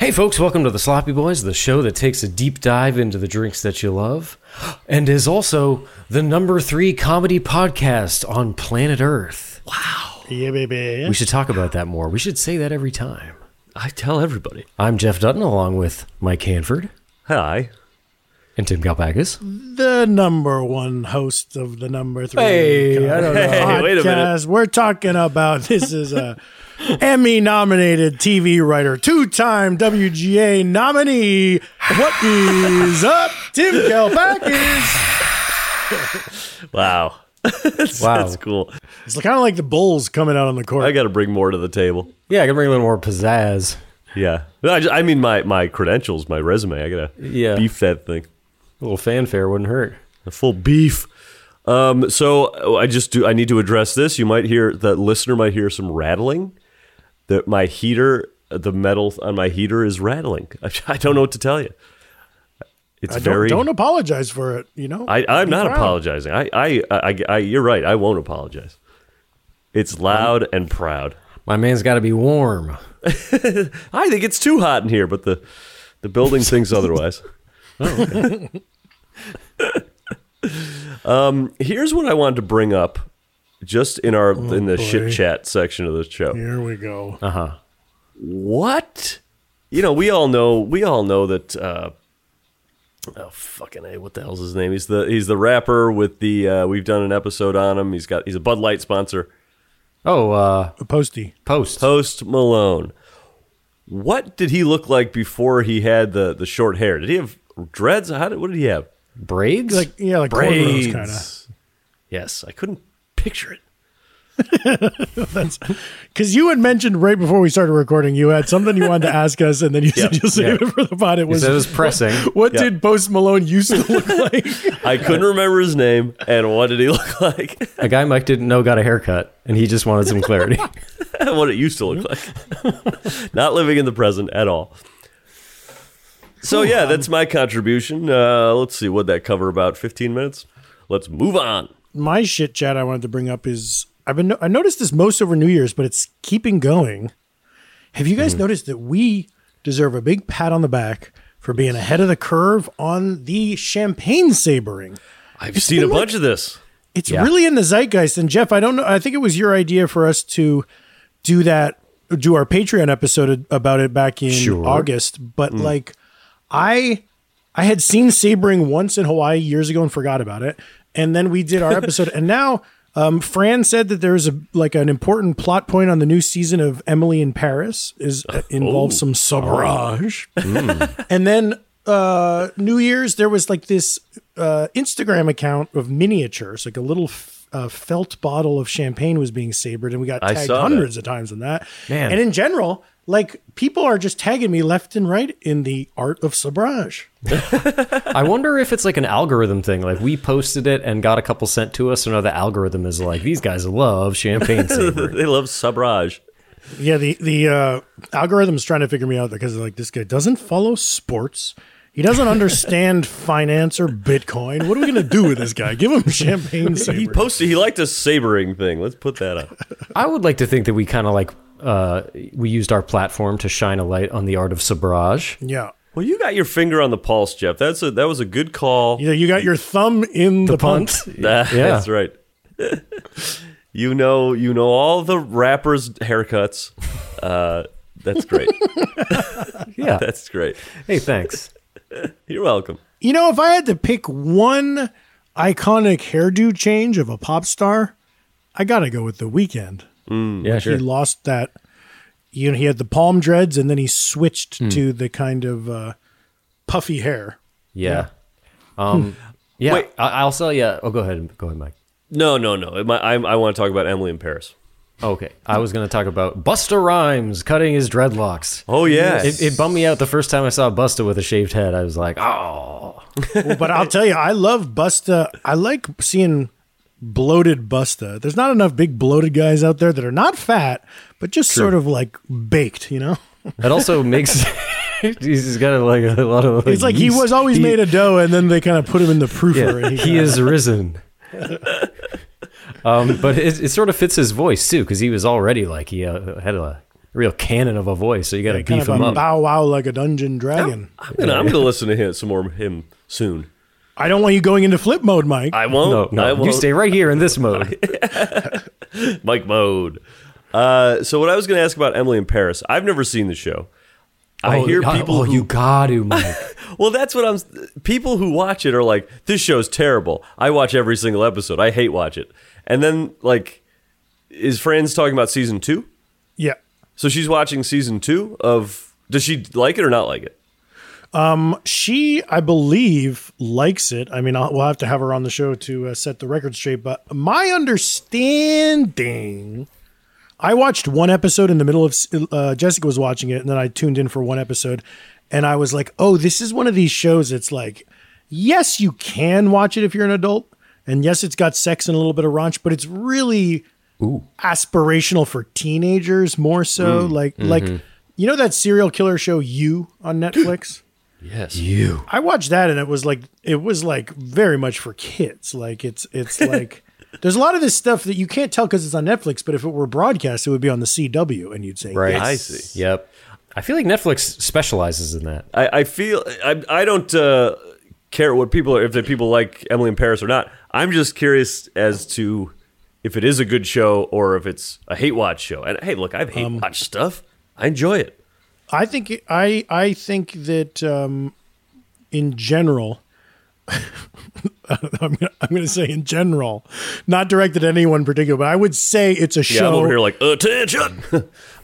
Hey, folks, welcome to the Sloppy Boys, the show that takes a deep dive into the drinks that you love and is also the number three comedy podcast on planet Earth. Yeah, baby. We should talk about that more. We should say that every time. I tell everybody. I'm Jeff Dutton along with Mike Hanford Hi. and Tim Galpakis. the number one host of the number three Hey, I don't know. podcast. Hey, wait a minute. We're talking about this is a Emmy nominated TV writer, two time WGA nominee. What is up, Tim Kalpakis? Wow. that's, Wow. that's cool. It's kind of like the Bulls coming out on the court. I got to bring more to the table. Yeah, I can bring a little more pizzazz. Yeah. No, I, just, I mean, my, my credentials, my resume. I got to Yeah. beef that thing. A little fanfare wouldn't hurt. A full beef. Um, so I just do, I need to address this. You might hear, the listener might hear some rattling. That my heater, the metal on my heater is rattling. I, don't know what to tell you. It's I don't, very. don't apologize for it, you know? I, I'm Be not proud. apologizing. I, I, I, I, you're right. I won't apologize. It's loud and proud. My man's got to be warm. I think it's too hot in here, but the the building thinks otherwise. um, here's what I wanted to bring up, just in our in the shit chat section of the show. Here we go. What? You know, we all know we all know that. Uh, oh fucking a! What the hell's his name? He's the he's the rapper with the. Uh, we've done an episode on him. He's got he's a Bud Light sponsor. Oh, uh, Posty. post. Post Malone. What did he look like before he had the the short hair? Did he have dreads? How did, what did he have? Braids? Like, yeah, like cornrows, kind of. Yes, I couldn't picture it. Because you had mentioned right before we started recording, you had something you wanted to ask us, and then you said Yeah, you'll save it for the pod. It He was, said it was pressing. what Yeah. did Post Malone used to look like? I couldn't remember his name and what did he look like? a guy Mike didn't know got a haircut and he just wanted some clarity. what it used to look like. Not living in the present at all. So yeah, that's my contribution. Uh, let's see, would that cover about fifteen minutes? Let's move on. My shit chat I wanted to bring up is I've been I noticed this most over New Year's, but it's keeping going. Have you guys noticed that we deserve a big pat on the back for being ahead of the curve on the champagne sabering? I've seen a bunch of this. It's really in the zeitgeist. And Jeff, I don't know. I think it was your idea for us to do that, do our Patreon episode about it back in August. But like, I, I had seen sabering once in Hawaii years ago and forgot about it. And then we did our episode, and now. Um, Fran said that there's a like an important plot point on the new season of Emily in Paris is uh, Oh, involves some sabrage. Hmm. And then uh, New Year's, there was like this uh, Instagram account of miniatures, like a little f- uh, felt bottle of champagne was being sabered, and we got I tagged saw hundreds of times in that. Man. And in general, like people are just tagging me left and right in the art of sabrage. I wonder if it's like an algorithm thing. Like we posted it and got a couple sent to us, so now the algorithm is like these guys love champagne savor. They love Sabraj. Yeah, the the uh, algorithm's trying to figure me out because like this guy doesn't follow sports. He doesn't understand finance or Bitcoin. What are we gonna do with this guy? Give him champagne. He saber. posted he liked a sabering thing. Let's put that up. I would like to think that we kind of like uh, we used our platform to shine a light on the art of sabrage. Yeah. Well, you got your finger on the pulse, Jeff. That's a that was a good call. You know, you got your thumb in the, punt. That- Yeah. That's right. you know, you know all the rappers' haircuts. Uh, that's great. Yeah. that's great. hey, thanks. You're welcome. You know, if I had to pick one iconic hairdo change of a pop star, I gotta go with the weekend. Yeah, sure. He lost that. You know, he had the palm dreads, and then he switched to the kind of uh, puffy hair. Yeah. Um, yeah. Wait. I- I'll sell you. Oh, go ahead. Go ahead, Mike. No, no, no. My, I, I want to talk about Emily in Paris. Okay. I was going to talk about Busta Rhymes cutting his dreadlocks. Oh yeah. It, it bummed me out the first time I saw Busta with a shaved head. I was like, oh. Well, but I'll tell you, I love Busta. I like seeing bloated Busta. There's not enough big bloated guys out there that are not fat, but just sort of like baked. You know, It also makes. he's got like a lot of. it's like he yeast. was always He- made of dough, and then they kind of put him in the proofer. Yeah, and he is risen. um, but it, it sort of fits his voice too, because he was already like he uh, had a real cannon of a voice. So you got to kind beef of him a up. bow wow like a dungeon dragon. I'm gonna, I'm gonna listen to him some more of him soon. I don't want you going into flip mode, Mike. I won't. no, I no, won't. you stay right here in this mode. Mike mode. Uh, so what I was going to ask about Emily in Paris, I've never seen the show. I Oh, hear oh, people Oh, who, you got to, Mike. well, that's what I'm. People who watch it are like, this show's terrible. I watch every single episode. I hate watch it. And then like, is Fran's talking about season two? yeah. So she's watching season two of. Does she like it or not like it? She, I believe, likes it. I mean, I'll, we'll have to have her on the show to uh, set the record straight. But my understanding, I watched one episode in the middle of uh, Jessica was watching it, and then I tuned in for one episode, and I was like, "Oh, this is one of these shows. It's like, yes, you can watch it if you're an adult, and yes, it's got sex and a little bit of raunch, but it's really aspirational for teenagers more so. like, like you know that serial killer show You on Netflix." I watched that and it was like it was like very much for kids. Like it's it's like there's a lot of this stuff that you can't tell because it's on Netflix, but if it were broadcast, it would be on the CW, and you'd say yes. I see. Yep. I feel like Netflix specializes in that. I, I feel I, I don't uh, care what people are if the people like Emily in Paris or not. I'm just curious as to if it is a good show or if it's a hate watch show. And hey, look, I've hate watch stuff. I enjoy it. I think it- I I think that um, in general, I'm gonna, I'm going to say in general, not directed at anyone in particular, but I would say it's a Yeah, show. I'm over here like attention.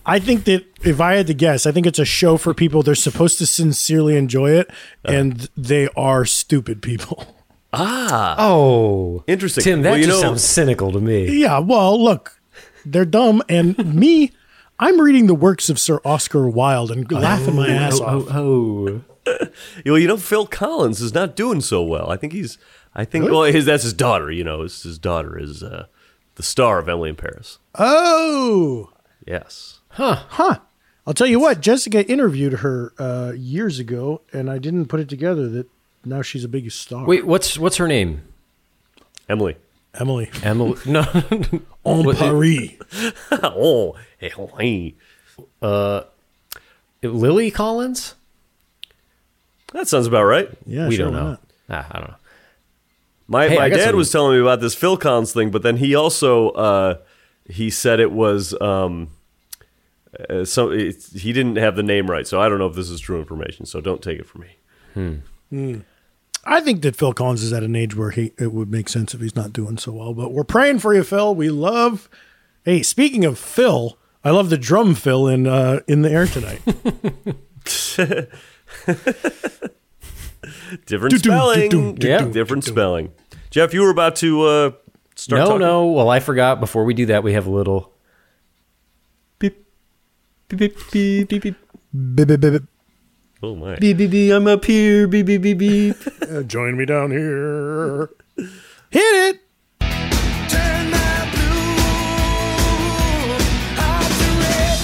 I think that if I had to guess, I think it's a show for people they're supposed to sincerely enjoy it, Uh-huh. and they are stupid people. Oh, Interesting. Tim, that Well, you just know- sounds cynical to me. Yeah, well, look, they're dumb, and me, I'm reading the works of Sir Oscar Wilde and laughing my ass off. Oh, oh. well, you know, Phil Collins is not doing so well. I think he's. I think well, his that's his daughter. You know, his, his daughter is uh, the star of Emily in Paris. Oh, Yes. I'll tell you what, Jessica interviewed her uh, years ago, and I didn't put it together that now she's a big star. Wait, what's what's her name? Emily. Emily Emily. No. on Paris. oh, hey, oh, hey. Lily Collins? That sounds about right. yeah, we sure, don't why know. not? Ah, I don't know. My, Hey, I my got dad some- was telling me about this Phil Collins thing, but then he also uh, he said it was um, uh, so it, he didn't have the name right. So I don't know if this is true information. So don't take it from me. I think that Phil Collins is at an age where he it would make sense if he's not doing so well. But we're praying for you, Phil. We love. Hey, speaking of Phil, I love the drum fill in uh, in the air tonight. Different Do-do, do-do, spelling. do-do, Yeah. different spelling. Jeff, you were about to uh, start. no, talking. no. Well, I forgot. Before we do that, we have a little. Beep, beep, beep, beep, beep, beep. Bip, bip, bip, bip. Oh my. Beep, beep, beep, I'm up here. Beep, beep, beep, beep. Uh, join me down here. Hit it. Turn my blue out to red.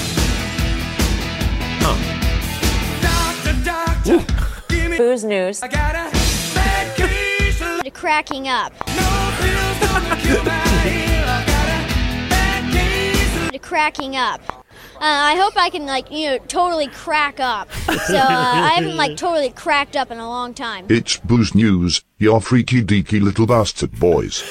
Doctor, doctor, give me. Booze news. I got a bad case. of- to cracking up, No pills gonna cure my ill. I got a bad case. of- to cracking up. Uh, I hope I can like you know totally crack up. So uh, I haven't like totally cracked up in a long time. It's Booze News, your freaky deaky little bastard boys.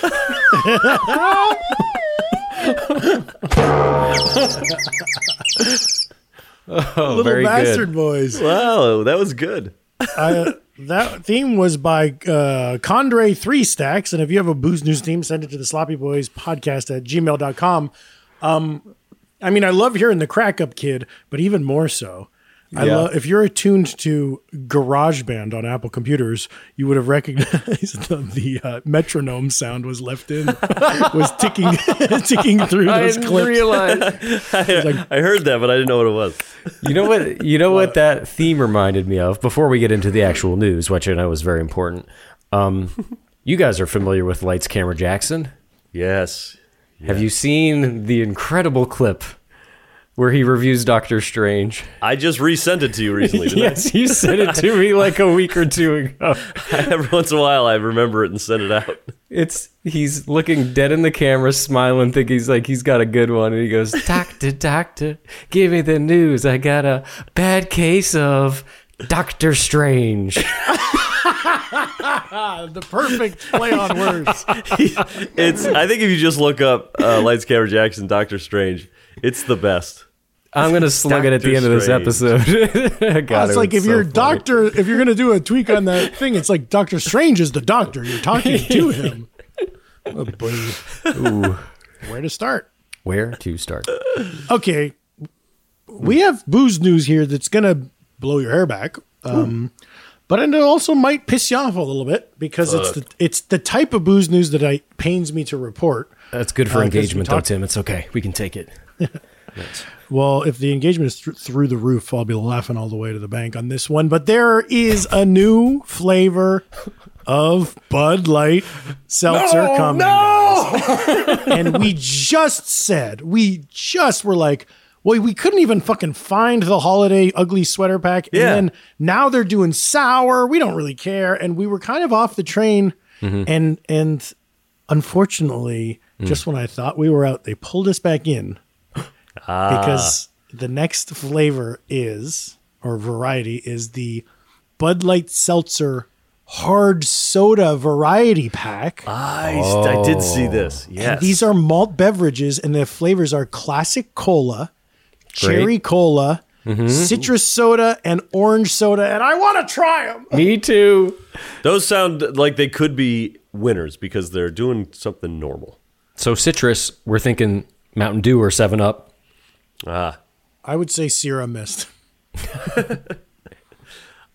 Oh, Little very bastard good. boys. Wow, that was good. I, that theme was by uh, Condre Three Stacks. And if you have a Booze News theme, send it to the Sloppy Boys podcast at gmail.com. Um, I mean, I love hearing the crack up kid, but even more so. I Yeah. love if you're attuned to GarageBand on Apple computers, you would have recognized the, the uh, metronome sound was left in, was ticking, ticking through I those didn't clips. realize. I heard that, but I didn't know what it was. You know what? You know what that theme reminded me of. Before we get into the actual news, which I know is very important. Um, you guys are familiar with Lights Camera Jackson. Yes. Have you seen the incredible clip where he reviews Doctor Strange? I just resent it to you recently. didn't I? Yes, you sent it to me like a week or two ago. Every once in a while, I remember it and send it out. It's he's looking dead in the camera, smiling, thinking he's like he's got a good one, and he goes, "Doctor, doctor, give me the news. I got a bad case of Doctor Strange." The perfect play on words. It's. I think if you just look up uh, Lights, Camera, Jackson, Doctor Strange, it's the best. I'm gonna slug it at the end of this Strange. episode. God, it's it like was if you're so funny. doctor, if you're gonna do a tweak on that thing, it's like Doctor Strange is the doctor. You're talking to him. Oh, boy. Where to start? Where to start? Uh, Okay, we have booze news here that's gonna blow your hair back, um, but it also might piss you off a little bit because it's the it's the type of booze news that I pains me to report. That's good for Uh, 'cause we engagement, though, talked- Tim. It's okay. We can take it. Well, if the engagement is thr- through the roof, I'll be laughing all the way to the bank on this one. But there is a new flavor of Bud Light seltzer coming. guys. and we just said, we just were like, well, we couldn't even fucking find the holiday ugly sweater pack. Yeah. And then now they're doing sour. We don't really care. And we were kind of off the train. And and unfortunately, just when I thought we were out, they pulled us back in because Ah. the next flavor is or variety is the Bud Light Seltzer Hard Soda Variety Pack. I, I did see this. Ah, Yes. These are malt beverages, and the flavors are classic cola, cherry cola, Mm-hmm. citrus soda, and orange soda. And I want to try them. Me too. Those sound like they could be winners because they're doing something normal. So citrus, we're thinking Mountain Dew or Seven Up. Ah. I would say Sierra Mist.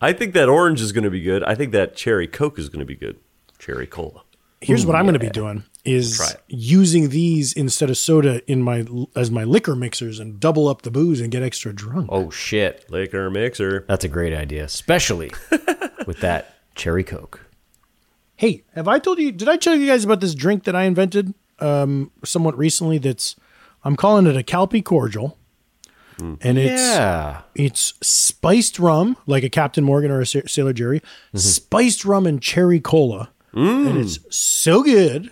I think that orange is going to be good. I think that cherry coke is going to be good. Cherry cola. Here's what I'm going to be doing is it. using these instead of soda in my as my liquor mixers and double up the booze and get extra drunk. Oh shit, Liquor mixer. that's a great idea, especially with that cherry coke. Hey, have I told you? Did I tell you guys about this drink that I invented um, somewhat recently? That's I'm calling it a Calpe cordial, and it's Hmm. Yeah, it's spiced rum, like a Captain Morgan or a Sa- Sailor Jerry, Mm-hmm. spiced rum and cherry cola, Mm. and it's so good.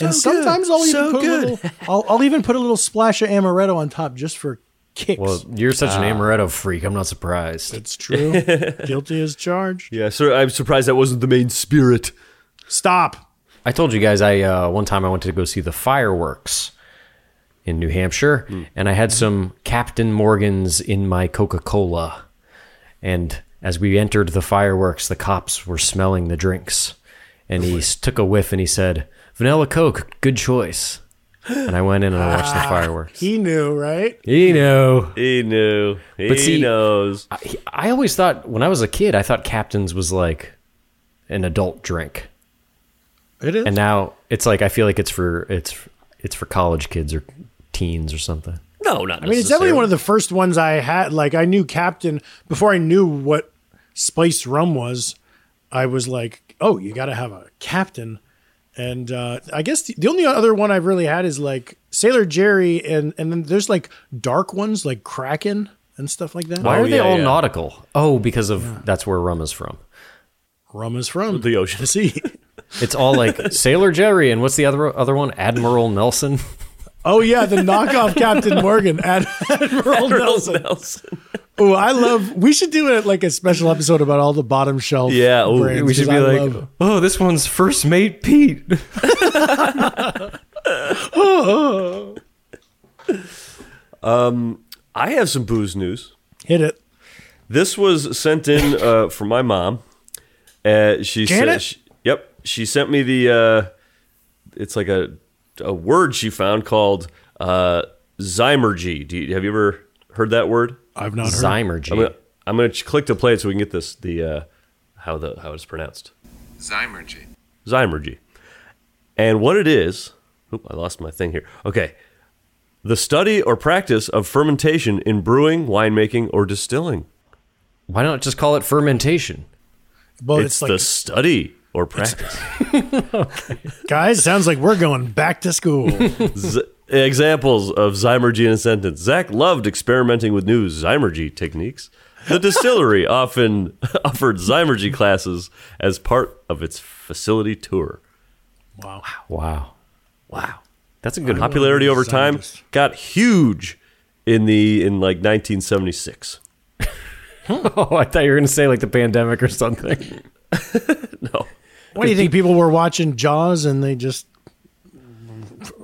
and sometimes I'll even put a little, I'll, I'll even put a little splash of amaretto on top just for kicks. well, you're such an amaretto freak. I'm not surprised. it's true. Guilty as charged. Yeah, sir. I'm surprised that wasn't the main spirit. Stop. I told you guys I uh, one time I went to go see the fireworks in New Hampshire, and I had some Captain Morgans in my Coca Cola, and as we entered the fireworks, the cops were smelling the drinks, and he s- took a whiff and he said, "Vanilla Coke, good choice." And I went in and I watched the fireworks. He knew, right? You know, He knew. He But see- knows. I, I always thought when I was a kid, I thought Captain's was like an adult drink. It is. and now it's like I feel like it's for it's it's for college kids or teens or something. No, not I mean, it's definitely one of the first ones I had. Like, I knew Captain before I knew what spiced rum was. I was like, oh, you got to have a Captain. And uh, I guess the, the only other one I've really had is like Sailor Jerry, and and then there's like dark ones like Kraken and stuff like that. Why are they yeah, all yeah. nautical? Oh, because of that's where rum is from. Rum is from The ocean. the sea. It's all like Sailor Jerry and what's the other other one? Admiral Nelson. Oh yeah, the knockoff Captain Morgan, Ad- Admiral Nelson. Nelson. Oh, I love. We should do it like a special episode about all the bottom shelf. Yeah, ooh, brands, we We should 'cause be I like, love- oh, this one's first mate Pete. I have some booze news. hit it. This was sent in uh, from my mom. Uh, she Janet? said, she- "Yep, she sent me the. Uh, it's like a a word she found called uh, zymergy. Do you, have you ever heard that word? I've not heard. Zymergy. I'm gonna, I'm gonna ch- click to play it so we can get this the uh, how the how it's pronounced. Zymergy. Zymergy. And what it is, oop, I lost my thing here. Okay. The study or practice of fermentation in brewing, winemaking, or distilling. Why not just call it fermentation? Well, it's Oh, it's, like the study or practice. guys, sounds like we're going back to school. Z- examples of zymergy in a sentence. Zach loved experimenting with new zymergy techniques. The distillery often offered zymergy classes as part of its facility tour. Wow. Wow. That's a good one. Popularity over time got huge in the in like 1976. Oh, I thought you were going to say like the pandemic or something. No. what do you think? People were watching Jaws, and they just,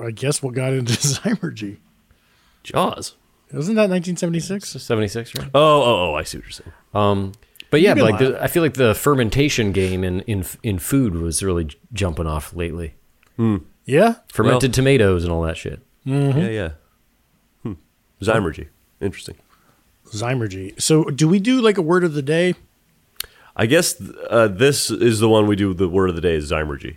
I guess, what got into Zymergy. Jaws. Wasn't that 1976? 76, right? Oh, oh, oh! I see what you're saying. But yeah, but like laugh. the, I feel like the fermentation game in, in in food was really j- jumping off lately. Yeah, Fermented tomatoes and all that shit. Yeah, yeah. Hmm. Zymergy. Interesting. Zymergy. So, do we do like a word of the day? I guess th- uh, this is the one we do. The word of the day is zymergy.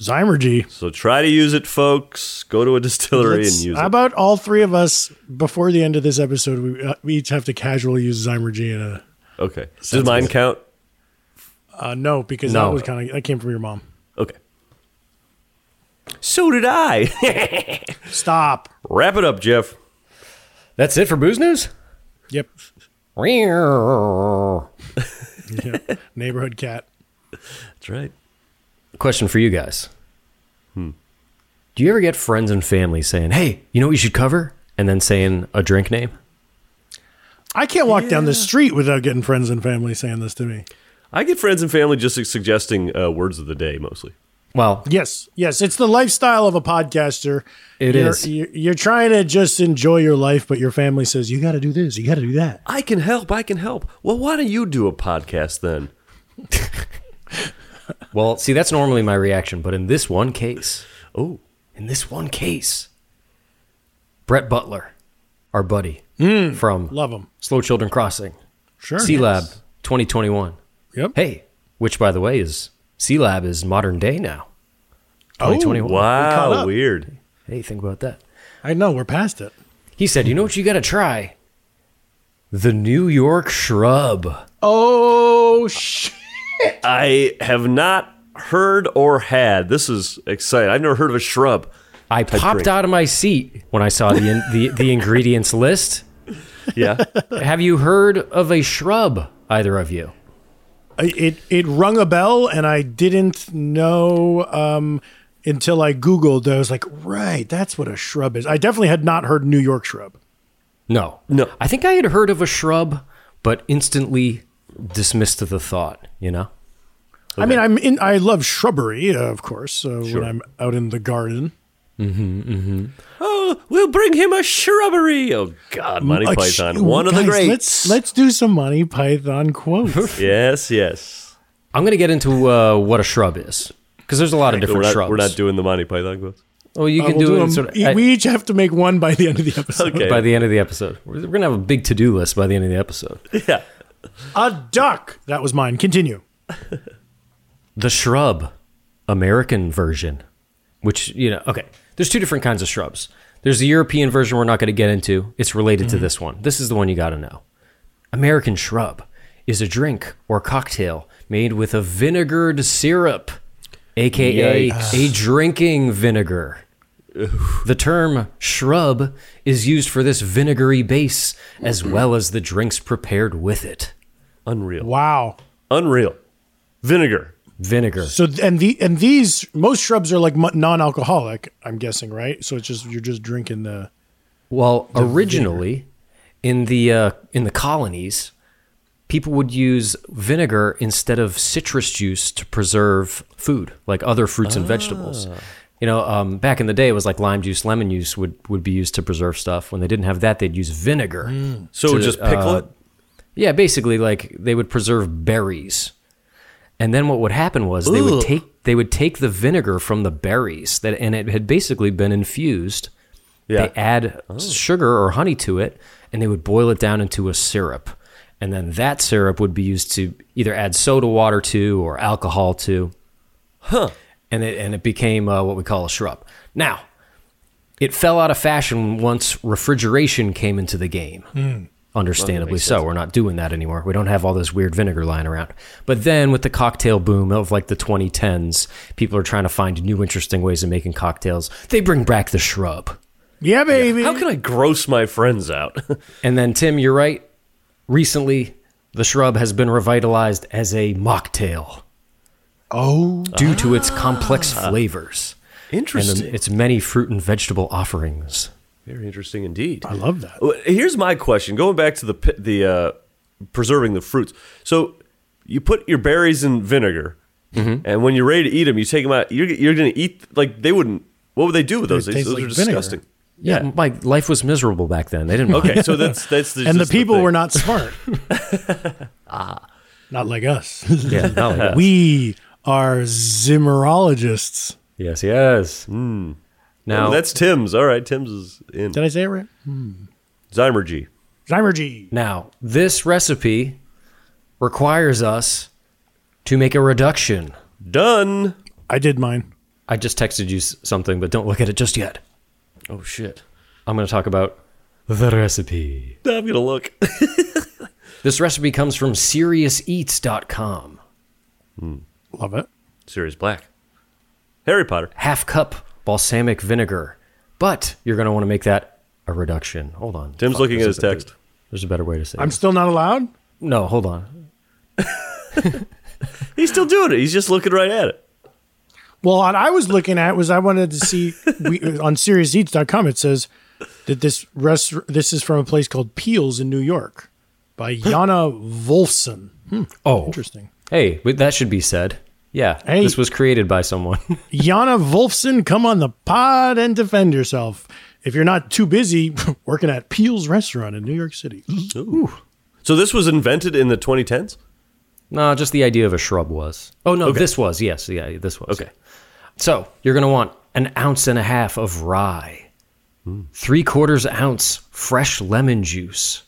Zymergy. So try to use it, folks. Go to a distillery Let's- and use how it. about all three of us before the end of this episode? We, uh, we each have to casually use Zymergy in a Okay. Does mine count? uh, no because No. that was kind of that came from your mom. Okay. So did I. Stop. Wrap it up, Jeff. That's it for booze news? Yep. Question Yep. Neighborhood cat. That's right. for you guys. Hmm. Do you ever get friends and family saying, "Hey, you know what you should cover?" and then saying a drink name? I can't walk down the street without getting friends and family saying this to me. I get friends and family just suggesting uh, words of the day mostly. Well, Yes, yes, it's the lifestyle of a podcaster. It It you're, is. You're, you're trying to just enjoy your life, but your family says you got to do this, you got to do that. I can help. I can help. Well, why don't you do a podcast then? well, see that's normally my reaction, but in this one case, Oh, in this one case, Brett Butler, our buddy from Love them. Slow Children Crossing, Sure. C Lab 2021. Yep. Hey, which by the way is C Lab is modern day now. Oh, 2021. caught wow, up. weird. Hey, think about that. I know we're past it. He said, "You know what you got to try? The New York shrub." Oh shit. I have not heard or had. This is exciting. I've never heard of a shrub. I popped drink. out of my seat when I saw the in, the, the ingredients list. Yeah. Have you heard of a shrub, either of you? I- it it rung a bell and I didn't know um, until I googled. I was like, right, that's what a shrub is. I definitely had not heard New York shrub. No. No. I think I had heard of a shrub, but instantly dismissed the thought, you know? I mean, I'm in. I love shrubbery, uh, of course. So when I'm out in the garden, oh, we'll bring him a shrubbery. Oh God, Monty Like, sh- Python, one of the guys, greats. Let's let's do some Monty Python quotes. yes, yes. I'm going to get into uh, what a shrub is because there's a lot of We're different not, shrubs. we're not doing the Monty Python quotes. well, you Uh, can we'll do, it them- sort of, e- at- we each have to make one by the end of the episode. Okay. by the end of the episode. We're, we're going to have a big to do list by the end of the episode. yeah. A duck. That was mine. Continue. the shrub, American version, which, you know, okay, there's two different kinds of shrubs. There's the European version we're not going to get into, it's related to this one. This is the one you got to know. American shrub is a drink or cocktail made with a vinegared syrup, aka a drinking vinegar. The term shrub is used for this vinegary base as well as the drinks prepared with it. Unreal. Wow. Unreal. Vinegar. vinegar. So th- and the and these most shrubs are like mu- non-alcoholic. I'm guessing, right? So it's just you're just drinking the. Well, originally, in the uh, in the colonies, people would use vinegar instead of citrus juice to preserve food, like other fruits and vegetables. You know, um, back in the day, it was like lime juice, lemon juice would would be used to preserve stuff. When they didn't have that, they'd use vinegar. So to, just pickle uh, it. Yeah, basically, like they would preserve berries, and then what would happen was they would take they would take the vinegar from the berries that, and it had basically been infused. Yeah. They add sugar or honey to it, and they would boil it down into a syrup, and then that syrup would be used to either add soda water to or alcohol to. Huh. And it and it became uh, what we call a shrub. Now, it fell out of fashion once refrigeration came into the game. Understandably so. We're not doing that anymore. We don't have all this weird vinegar lying around. But then with the cocktail boom of like the 2010s, people are trying to find new interesting ways of making cocktails. They bring back the shrub. Yeah, baby. How can I gross my friends out? And then Tim, you're right. Recently, the shrub has been revitalized as a mocktail oh, due to its complex flavors and interesting. the, its many fruit and vegetable offerings. Very interesting indeed. I love that. Well, Uh, Here's my question. Going back to the pi- the uh, preserving the fruits. So you put your berries in vinegar, and when you're ready to eat them, you take them out. You're you're gonna eat like they wouldn't. What would they do with those? Those taste like are vinegar. disgusting. Yeah, my life was miserable back then. They didn't. Okay, so that's that's the, And the just people thing. were not smart. ah, not like us. Yeah, not like that. we are zimmerologists. Yes, yes. Hmm. Now Oh, that's Tim's. All right, Tim's is in. Did I say it right? Zymer G. Zymergy. Now, this recipe requires us to make a reduction. Done. I did mine. I just texted you s- something, but don't look at it just yet. Oh shit. I'm going to talk about the recipe. Now I'm gonna look. This recipe comes from SeriousEats.com. Love it. Sirius Black. Harry Potter. Half cup balsamic vinegar, but you're going to want to make that a reduction. Hold on. Tim's looking this at his isn't- text. There's a better way to say I'm it. still not allowed. No, hold on. He's still doing it. He's just looking right at it. Well, what I was looking at was I wanted to see we, on SeriousEats.com. It says that this rest this is from a place called Peels in New York by Jana Wolfson. Oh, Interesting. hey, wait, that should be said. Yeah, Hey. this was created by someone. Jana Wolfson, come on the pod and defend yourself. If you're not too busy working at Peel's restaurant in New York City, So this was invented in the 2010s. No, just the idea of a shrub was. Oh no, this was. Yes, yeah, this was. Okay. So you're gonna want an ounce and a half of rye, three quarters ounce fresh lemon juice,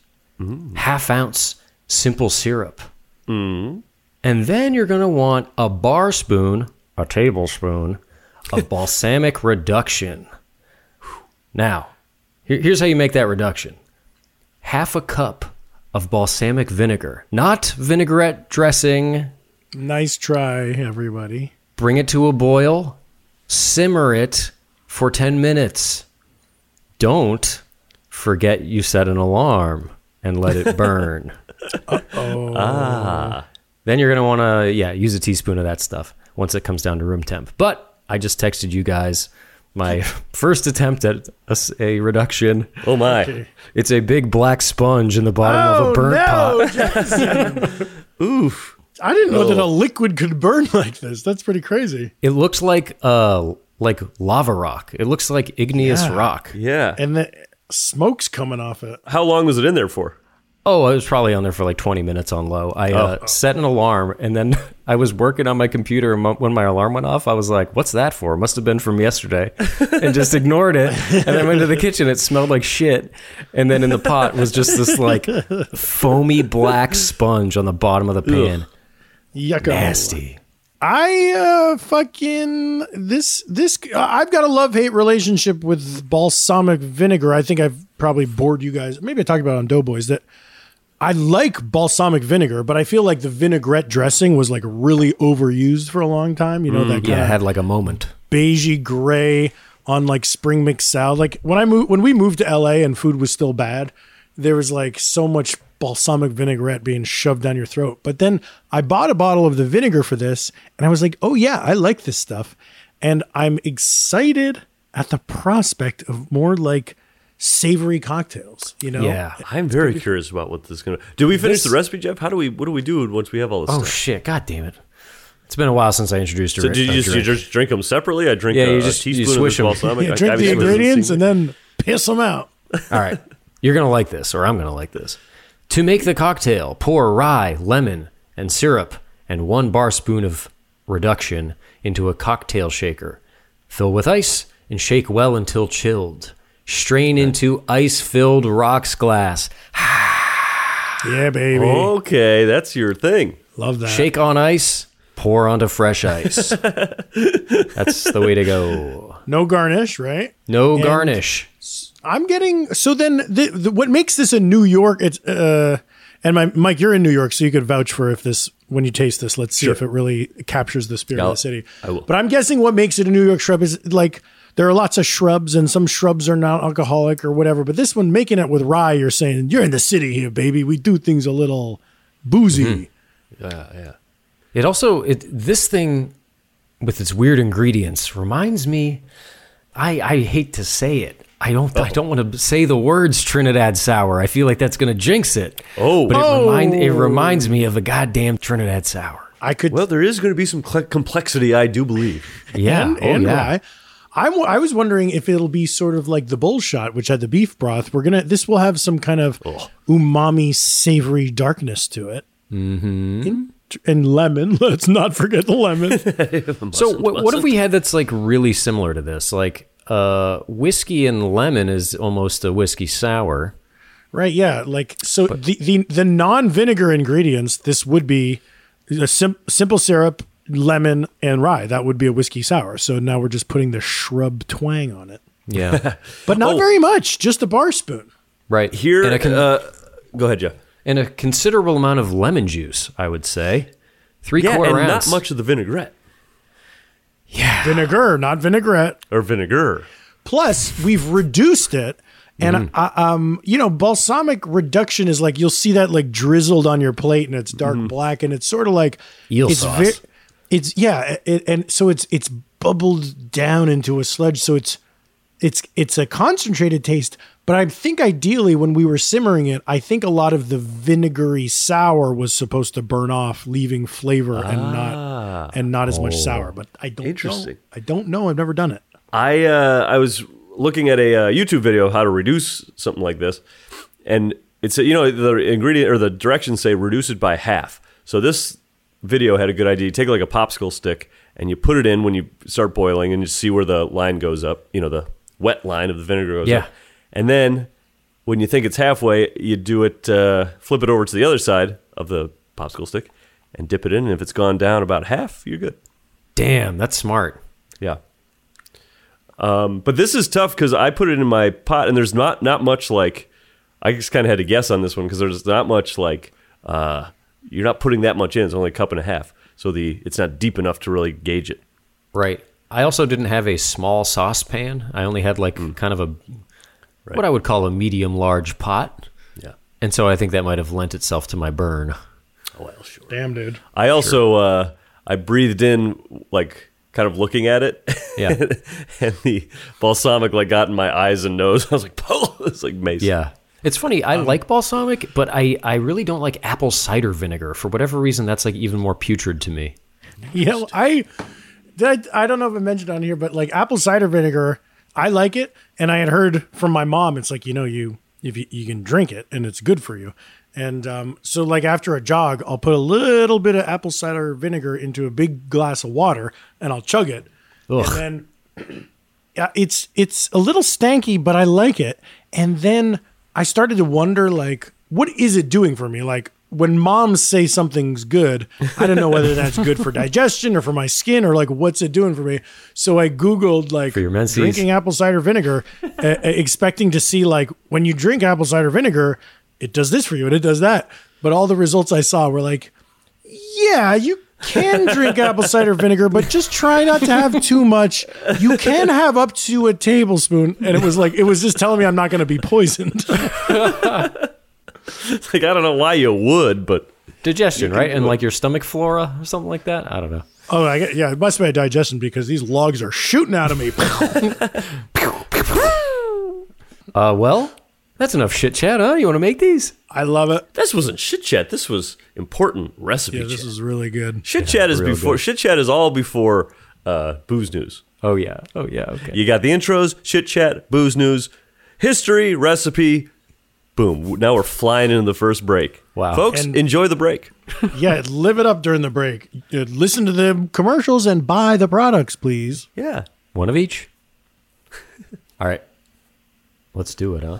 half ounce simple syrup, and then you're gonna want a bar spoon, a tablespoon of balsamic reduction. Now, here- here's how you make that reduction half a cup of balsamic vinegar, not vinaigrette dressing. nice try, everybody. Bring it to a boil, simmer it for 10 minutes. Don't forget you set an alarm and let it burn. Uh-oh. Then you're going to want to yeah, use a teaspoon of that stuff once it comes down to room temp. But I just texted you guys my first attempt at a, s- a reduction. Oh my. It's a big black sponge in the bottom of a burnt pot. Oof. I didn't know that a liquid could burn like this. That's pretty crazy. It looks like uh like lava rock. It looks like igneous rock. Yeah. And the smoke's coming off it. How long was it in there for? Oh, I was probably on there for like 20 minutes on low. I Oh. uh, set an alarm and then I was working on my computer and mo- when my alarm went off, I was like, "What's that for? Must have been from yesterday." And just ignored it. And I went to the kitchen, it smelled like shit. And then in the pot was just this like foamy black sponge on the bottom of the pan. Yucko. Nasty. I uh, fucking this this I've got a love hate relationship with balsamic vinegar. I think I've probably bored you guys. Maybe I talked about it on Doughboys that I like balsamic vinegar, but I feel like the vinaigrette dressing was like really overused for a long time. You know that kind Mm, Yeah, I of had like a moment. beigey gray on like spring mix salad. Like when I moved when we moved to LA and food was still bad, there was like so much balsamic vinaigrette being shoved down your throat. But then I bought a bottle of the vinegar for this and I was like, oh yeah, I like this stuff. And I'm excited at the prospect of more like savory cocktails, you know? Yeah. I'm very curious about what this is going to. Did we finish This- the recipe, Jeff? How do we? What do we do once we have all this? Oh stuff? shit! God damn it! It's been a while since I introduced her. So did you just, you just drink them separately? I drink Yeah, a, you a just- you teaspoon swish of 'em. this balsamic. Yeah, drink the ingredients and then piss them out. All right. You're going to like this, or I'm going to like this. To make the cocktail, pour rye, lemon, and syrup, and one bar spoon of reduction into a cocktail shaker. Fill with ice and shake well until chilled. Strain into ice filled rocks glass. Yeah, baby. Okay, that's your thing. Love that. Oh, Shake on ice, pour onto fresh ice. That's the way to go. No garnish, right? No And- garnish. I'm getting so then the, the, what makes this in New York? It's uh, and my Mike, you're in New York, so you could vouch for if this when you taste this. Let's see if it really captures the spirit of I'll- the city. I will. But I'm guessing what makes it a New York shrub is like there are lots of shrubs, and some shrubs are non-alcoholic or whatever. But this one, making it with rye, you're saying you're in the city here, baby. We do things a little boozy. Mm-hmm. It also it this thing with its weird ingredients reminds me. I I hate to say it. I don't I don't want to say the words Trinidad sour. I feel like that's going to jinx it. Oh. but it, Oh. remind, it reminds me of a goddamn Trinidad sour. I could Well, there is going to be some cle- complexity, I do believe. Yeah, and, oh, and yeah. rye. I'm, I was wondering if it'll be sort of like the bull shot, which had the beef broth. We're gonna this will have some kind of umami, savory darkness to it. Mm-hmm. And, lemon. Let's not forget the lemon. So what, what have we had that's like really similar to this? Like uh, whiskey and lemon is almost a whiskey sour. right? Yeah. Like so, the the the non vinegar ingredients. This would be a sim- simple syrup, lemon, and rye. That would be a whiskey sour. So now we're just putting the shrub twang on it, Yeah, but not Oh. very much. Just a bar spoon. right Here, And a, con- uh, go ahead, Jeff. and a considerable amount of lemon juice, I would say. Three Yeah, quarter and ounce. not much of the vinaigrette Vinegar, not vinaigrette. or vinegar. Plus, we've reduced it. And Mm-hmm. uh, um, you know, balsamic reduction is like you'll see that like drizzled on your plate, and it's dark black, and it's sort of like Mm-hmm. Eel it's sauce. it's yeah, it, and so it's it's bubbled down into a sludge, so it's it's it's a concentrated taste. But I think ideally, when we were simmering it, I think a lot of the vinegary sour was supposed to burn off, leaving flavor and Ah. not and not as much Oh. sour. But I don't Interesting. Know, I don't know. I've never done it. I uh, I was looking at a uh, YouTube video of how to reduce something like this, and it's you know the ingredient or the directions say reduce it by half. So this video had a good idea. You take like a popsicle stick and you put it in when you start boiling, and you see where the line goes up. You know the wet line of the vinegar goes Yeah. up, and then when you think it's halfway, you do it uh, flip it over to the other side of the popsicle stick and dip it in. And if it's gone down about half, you're good. Damn, that's smart. Yeah. Um, but this is tough because I put it in my pot, and there's not not much like. I just kind of had to guess on this one because there's not much like. Uh, you're not putting that much in. It's only a cup and a half, so the it's not deep enough to really gauge it. Right. I also didn't have a small saucepan. I only had like kind of a what I would call a medium large pot. Yeah. And so I think that might have lent itself to my burn. Oh well, sure. Damn, dude. I also uh, I breathed in like kind of looking at it. Yeah. and the balsamic like got in my eyes and nose. I was like, "Pull!" It's like mace. Yeah. It's funny, I like balsamic, but I, I really don't like apple cider vinegar. For whatever reason, that's like even more putrid to me. Yeah, well, I that I don't know if I mentioned on here, but like apple cider vinegar, I like it, and I had heard from my mom, it's like you know you if you, you can drink it and it's good for you, and um, so like after a jog, I'll put a little bit of apple cider vinegar into a big glass of water, and I'll chug it, and then yeah, it's it's a little stanky, but I like it. And then I started to wonder, like, what is it doing for me? Like, when moms say something's good, I don't know whether that's good for digestion or for my skin or like what's it doing for me. So I googled like your menses. drinking apple cider vinegar, uh, expecting to see like when you drink apple cider vinegar, it does this for you and it does that. But all the results I saw were like yeah, you can drink apple cider vinegar, but just try not to have too much. You can have up to a tablespoon. And it was like, it was just telling me I'm not going to be poisoned. It's like I don't know why you would, but Digestion, right? And like your stomach flora or something like that. I don't know. Oh, I get, yeah, it must be a digestion because these logs are shooting out of me. Uh, well, that's enough shit chat, huh? You want to make these? I love it. this wasn't shit chat. This was important recipe Yeah, chat. this is really good. shit chat is before shit chat is all before uh, booze news. Oh yeah. Oh yeah. Okay. You got the intros, shit chat, booze news, history, recipe. Boom. Now we're flying into the first break. Wow. Folks, And- enjoy the break. Yeah, live it up during the break. Uh, Listen to the commercials and buy the products, please. Yeah. One of each. All right. Let's do it, huh?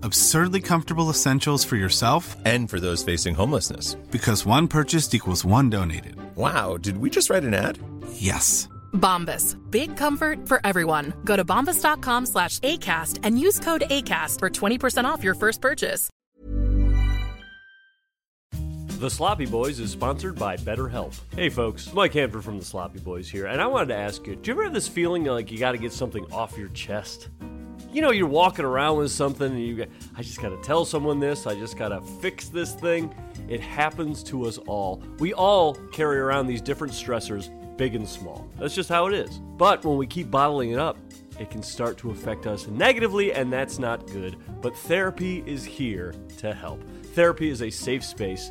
Absurdly comfortable essentials for yourself And for those facing homelessness. because one purchased equals one donated. Wow, did we just write an ad? Yes. Bombas. Big comfort for everyone. Go to bombas.com slash ACAST and use code ACAST for 20% off your first purchase. The Sloppy Boys is sponsored by BetterHelp. Hey, folks, Mike Hanford from The Sloppy Boys here, and I wanted to ask you do you ever have this feeling like you got to get something off your chest? You know, you're walking around with something and you go, I just got to tell someone this, I just got to fix this thing. It happens to us all. We all carry around these different stressors, big and small. That's just how it is. But when we keep bottling it up, it can start to affect us negatively, and that's not good. But therapy is here to help. Therapy is a safe space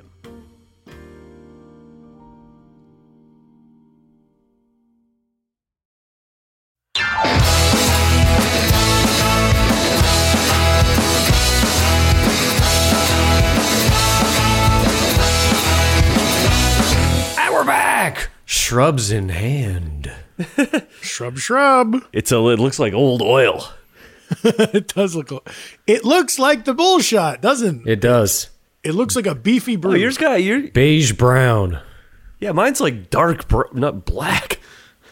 And we're back. Shrubs in hand. Shrub, shrub. It's a, it looks like old oil. It does look. li- It looks like the bullshot, doesn't it? It does. It looks like a beefy brew. Oh, got, your Beige brown. yeah, mine's like dark, br- not black.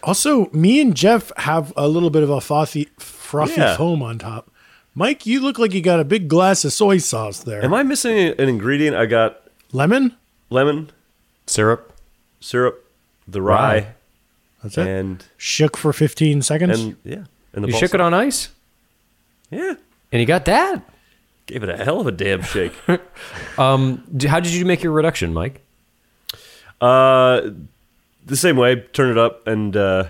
also, me and Jeff have a little bit of a frothy, frothy Yeah. foam on top. Mike, you look like you got a big glass of soy sauce there. Am I missing an ingredient? I got Lemon? lemon, Syrup. syrup, the rye, Rye. That's it. and, Shook for 15 seconds. and yeah, and the You shook balsam. it on ice, Yeah. and you got that. Gave it a hell of a damn shake. um, d- how did you make your reduction, Mike? Uh, the same way. Turn it up and uh,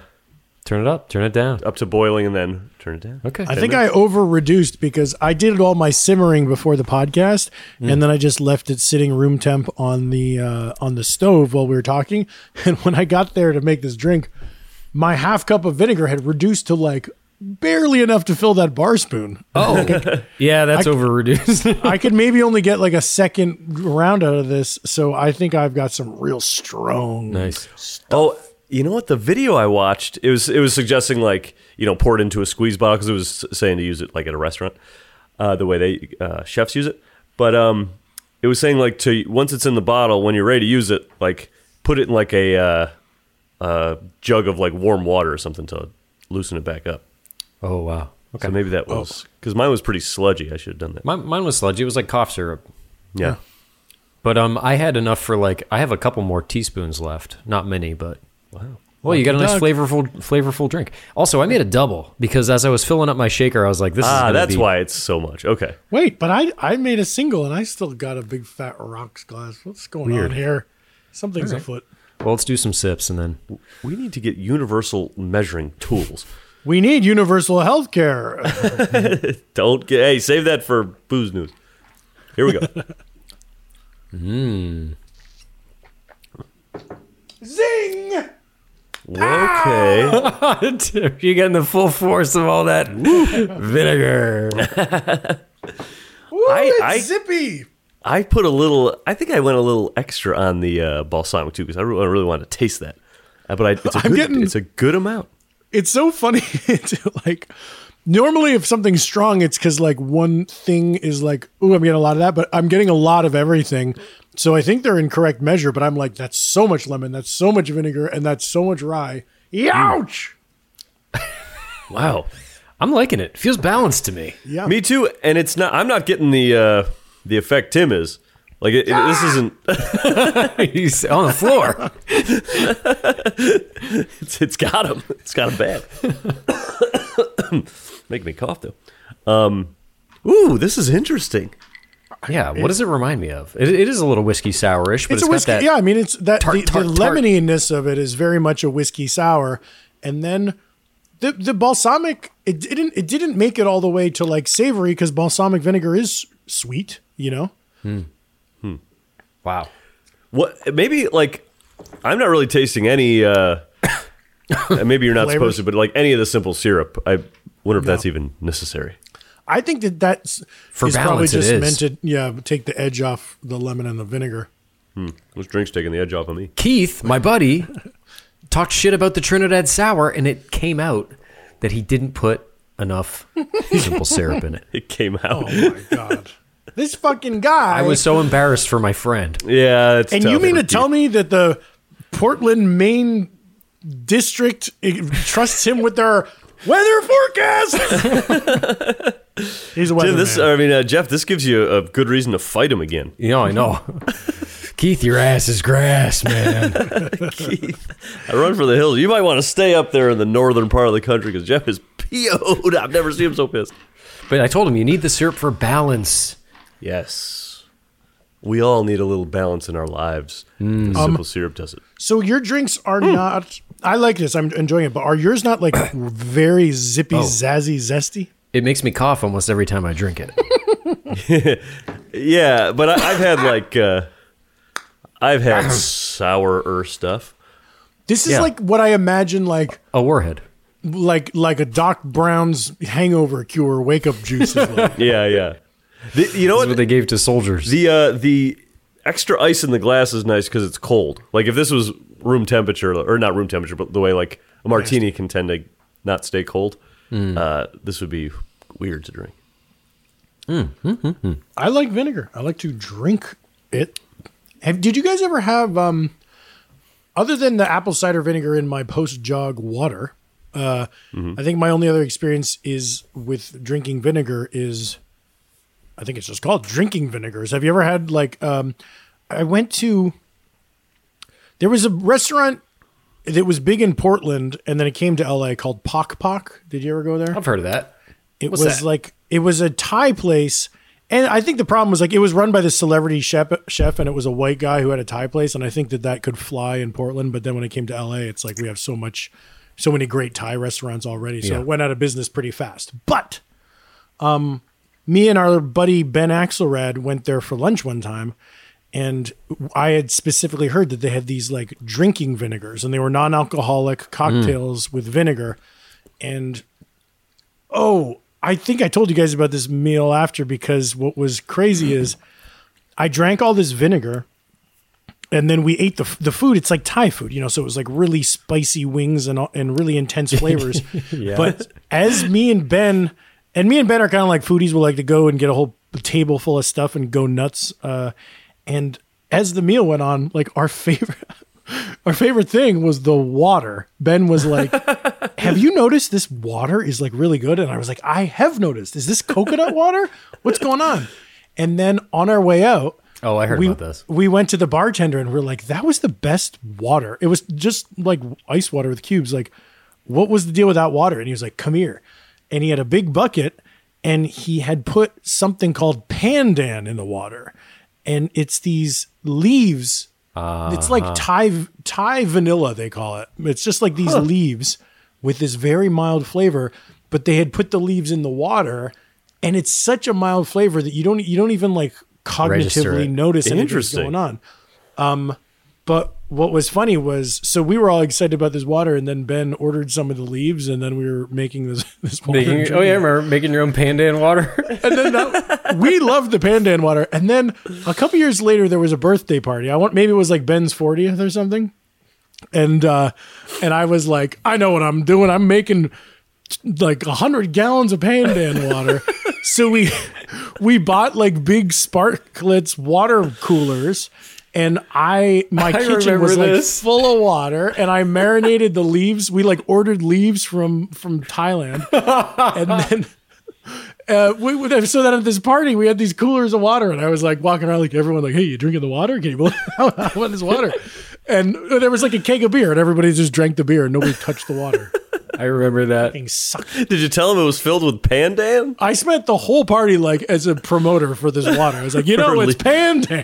turn it up. Turn it down. Up to boiling and then turn it down. Okay. I think I over reduced because I did all my simmering before the podcast, Mm. and then I just left it sitting room temp on the uh, on the stove while we were talking. And when I got there to make this drink, my half cup of vinegar had reduced to like barely enough to fill that bar spoon. Oh, yeah, that's over reduced. I could maybe only get like a second round out of this, so I think I've got some real strong. Nice. Oh, you know what? The video I watched it was it was suggesting like you know pour it into a squeeze bottle because it was saying to use it like at a restaurant, uh, the way they uh, chefs use it. But um, it was saying like to once it's in the bottle, when you're ready to use it, like put it in like a uh, uh, jug of like warm water or something to loosen it back up. Oh wow. Okay. So maybe that was because mine was pretty sludgy. I should have done that. Mine, mine was sludgy. It was like cough syrup. Yeah. But um, I had enough for like I have a couple more teaspoons left. Not many, but wow. Well, you got a nice Doug. flavorful, flavorful drink. Also, I made a double because as I was filling up my shaker, I was like, "This is ah, gonna that's be- why it's so much. Okay. Wait, but I I made a single and I still got a big fat rocks glass. What's going Weird. on here? Something's All right. afoot. Well, let's do some sips and then we need to get universal measuring tools. We need universal health care. Don't get hey, save that for booze news. Here we go. Mmm. Zing! Ah! Okay. You're getting the full force of all that vinegar. Ooh, I- it's I- zippy. I put a little. I think I went a little extra on the uh, balsamic too because I, re- I really wanted to taste that. Uh, but I, it's a I'm good, getting- it's a good amount. It's so funny to like normally if something's strong, it's cause like one thing is like, ooh, I'm getting a lot of that, but I'm getting a lot of everything. So I think they're in correct measure, but I'm like, that's so much lemon, that's so much vinegar, and that's so much rye. Mm. Ouch! Wow. I'm liking it. Feels balanced to me. Yeah. Me too. And it's not. I'm not getting the uh, the effect Tim is. Like it, it- Ah! this isn't. He's on the floor. it's, it's got him. It's got him bad. Make me cough though. Um, ooh, this is interesting. Yeah. What does it remind me of? It, it is a little whiskey sourish, but it's, it's, a got whiskey. that. yeah, I mean, it's that tart, the, tart, the tart. lemoniness of it is very much a whiskey sour, and then the the balsamic it didn't it didn't make it all the way to like savory because balsamic vinegar is sweet, you know. Wow. What? Maybe like I'm not really tasting any. uh and Maybe you're not Flavors? supposed to, but like any of the simple syrup, I wonder if that's even necessary. I think that that's For is probably balance, it just is. meant to yeah take the edge off the lemon and the vinegar. Hmm. Those drinks taking the edge off of me. Keith, my buddy, talked shit about the Trinidad sour, and it came out that he didn't put enough simple syrup in it. It came out. Oh. God, this fucking guy. I was so embarrassed for my friend. Yeah, that's and you mean to tell me that the Portland, Maine district eh, trusts him with their weather forecast? He's a Tim, weatherman. this, I mean, uh, Jeff, this gives you a good reason to fight him again. You know, I know. Keith, your ass is grass, man. I run for the hills. You might want to stay up there in the northern part of the country because Jeff is PO'd. I've never seen him so pissed. but I told him you need the syrup for balance. Yes. We all need a little balance in our lives. The Um, simple syrup does it. so your drinks are not. I like this. I'm enjoying it, but are yours not like very zippy, Oh. zazzy, zesty? It makes me cough almost every time I drink it. Yeah, but I, I've had like uh, I've had sourer stuff. This is Yeah. like what I imagine, like A warhead. like like a Doc Brown's hangover cure, wake up juice. Is like. Yeah, yeah. The, you know That's what what? they gave to soldiers. The uh, the extra ice in the glass is nice because it's cold. Like if this was room temperature, or not room temperature, but the way like a martini can tend to not stay cold, uh, this would be weird to drink. I like vinegar. I like to drink it. Have, did you guys ever have um other than the apple cider vinegar in my post jog water? Uh, I think my only other experience is with drinking vinegar is I think it's just called drinking vinegars. Have you ever had like um I went to there was a restaurant that was big in Portland and then it came to LA called Pock Pock. Did you ever go there? I've heard of that. It What's was that? like it was a Thai place, And I think the problem was like it was run by this celebrity chef, chef, and it was a white guy who had a Thai place, and I think that that could fly in Portland. But then when it came to L.A., it's like we have so much, so many great Thai restaurants already, so Yeah. it went out of business pretty fast. But, um, me and our buddy Ben Axelrad went there for lunch one time, and I had specifically heard that they had these like drinking vinegars, and they were Mm. non-alcoholic cocktails with vinegar, and Oh, I think I told you guys about this meal after because what was crazy is I drank all this vinegar and then we ate the, the food. It's like Thai food, you know, so it was like really spicy wings and, all- and really intense flavors. Yeah. But as me and Ben, and me and Ben are kind of like foodies, we like to go and get a whole table full of stuff and go nuts. Uh, and as the meal went on, like our favorite. Our favorite thing was the water. Ben was like, have you noticed this water is like really good? And I was like, I have noticed. Is this coconut water? What's going on? And then on our way out, Oh, I heard we, about this. We went to the bartender and we're like, that was the best water. It was just like ice water with cubes. Like, what was the deal with that water? And he was like, come here. And he had a big bucket and he had put something called pandan in the water. And it's these leaves. It's Uh-huh. like Thai Thai vanilla, they call it. It's just like these leaves with this very mild flavor, but they had put the leaves in the water, and it's such a mild flavor that you don't you don't even like Register cognitively it. notice anything's Interesting. going on. Um, but what was funny was so we were all excited about this water, and then Ben ordered some of the leaves, and then we were making this this water. and Making, oh drinking yeah, it. remember making your own pandan water? and then that, we loved the pandan water. And then a couple years later, there was a birthday party. I want maybe it was like Ben's 40th or something. And uh, and I was like, I know what I'm doing. I'm making like hundred gallons of pandan water. so we we bought like big sparklets water coolers. And I, my I kitchen remember was like this. full of water, and I marinated the leaves. We like ordered leaves from from Thailand, and then uh, we, we- so then at this party we had these coolers of water and I was like walking around like everyone like hey you drinking the water can you believe how I want this water and there was like a keg of beer and everybody just drank the beer and nobody touched the water I remember that. Fucking sucked. Did you tell him it was filled with pandan? I spent the whole party like as a promoter for this water I was like you know it's pandan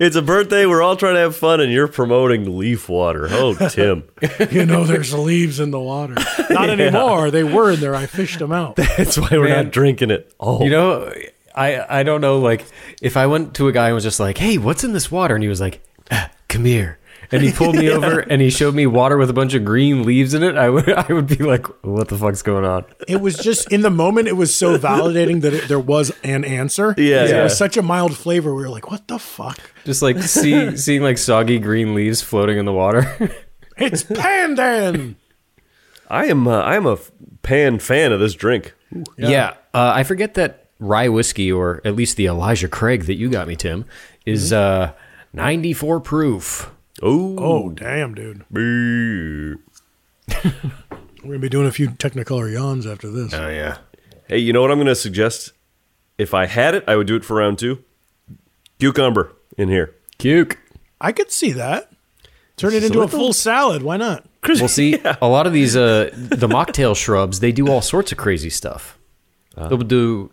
it's a birthday. We're all trying to have fun, and you're promoting leaf water. Oh, Tim. you know there's leaves in the water not anymore they were in there I fished them out That's why we're Man. not drinking it. Oh, You know, I I don't know. Like, if I went to a guy and was just like, "Hey, what's in this water?" and he was like, "Ah, "Come here," and he pulled me over and he showed me water with a bunch of green leaves in it, I would I would be like, "What the fuck's going on?" it was just in the moment it was so validating that it, there was an answer Yeah. it was Yeah. such a mild flavor we were like what the fuck Just like see, seeing like soggy green leaves floating in the water. it's pandan I am. Uh, I am a f- pan fan of this drink. Yeah, uh, I forget that rye whiskey, or at least the Elijah Craig that you got me, Tim, is uh, ninety four proof. Oh, damn, dude. Boo. We're going to be doing a few Technicolor yawns after this. Oh yeah, Hey, you know what I'm going to suggest? If I had it, I would do it for round two. Cucumber in here. Cuke. I could see that. Turn it Just a into a little- full salad. Why not? Well, see, a lot of these uh, the mocktail shrubs, they do all sorts of crazy stuff. Uh-huh. They'll do,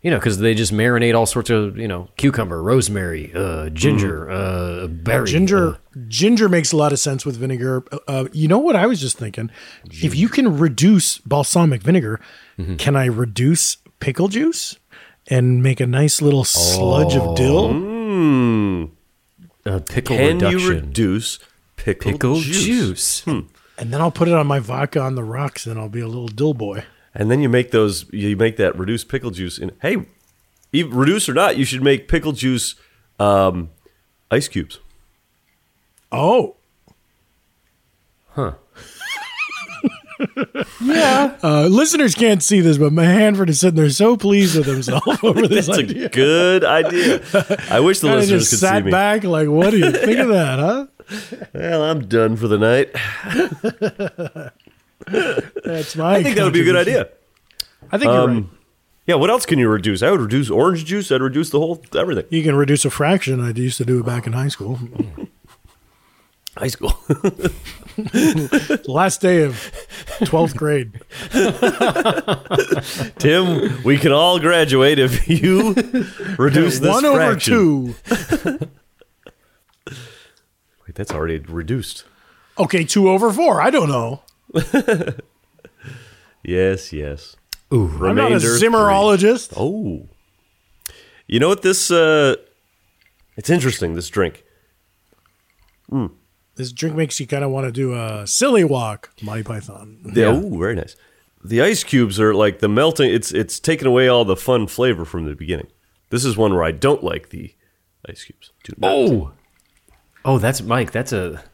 you know, because they just marinate all sorts of, you know, cucumber, rosemary, uh, ginger, uh, berry, Ginger uh, ginger makes a lot of sense with vinegar. Uh, Uh, you know what I was just thinking? If you can reduce balsamic vinegar, Mm-hmm. can I reduce pickle juice and make a nice little sludge of Oh. dill? uh, pickle Can you reduction, reduce pickle, pickle juice? Hmm. juice. And then I'll put it on my vodka on the rocks and I'll be a little dill boy. And then you make those. You make that reduced pickle juice. In hey, e reduce or not, you should make pickle juice um, ice cubes. Oh, Huh. uh, listeners can't see this, but Hanford is sitting there so pleased with himself over this That's idea. a good idea. I wish the Kinda listeners just could sat see me. back like, what do you think of that, huh? Well, I'm done for the night. That's my. I think that would be a good contribution. idea. Um, I think you're right. Yeah, what else can you reduce? I would reduce orange juice. I'd reduce the whole everything. You can reduce a fraction. I used to do it back in high school. High school. Last day of 12th grade. Tim, we can all graduate if you reduce this One over fraction. two. Wait, that's already reduced. Okay, two over four. I don't know. Yes, yes. Ooh, I'm not a Zimmerologist. Oh, you know what? This uh, it's interesting. This drink. This drink makes you kind of want to do a silly walk, Monty Python. The, Oh, very nice. The ice cubes are like the melting. It's it's taken away all the fun flavor from the beginning. This is one where I don't like the ice cubes. Do not. Oh, oh, that's Mike. That's a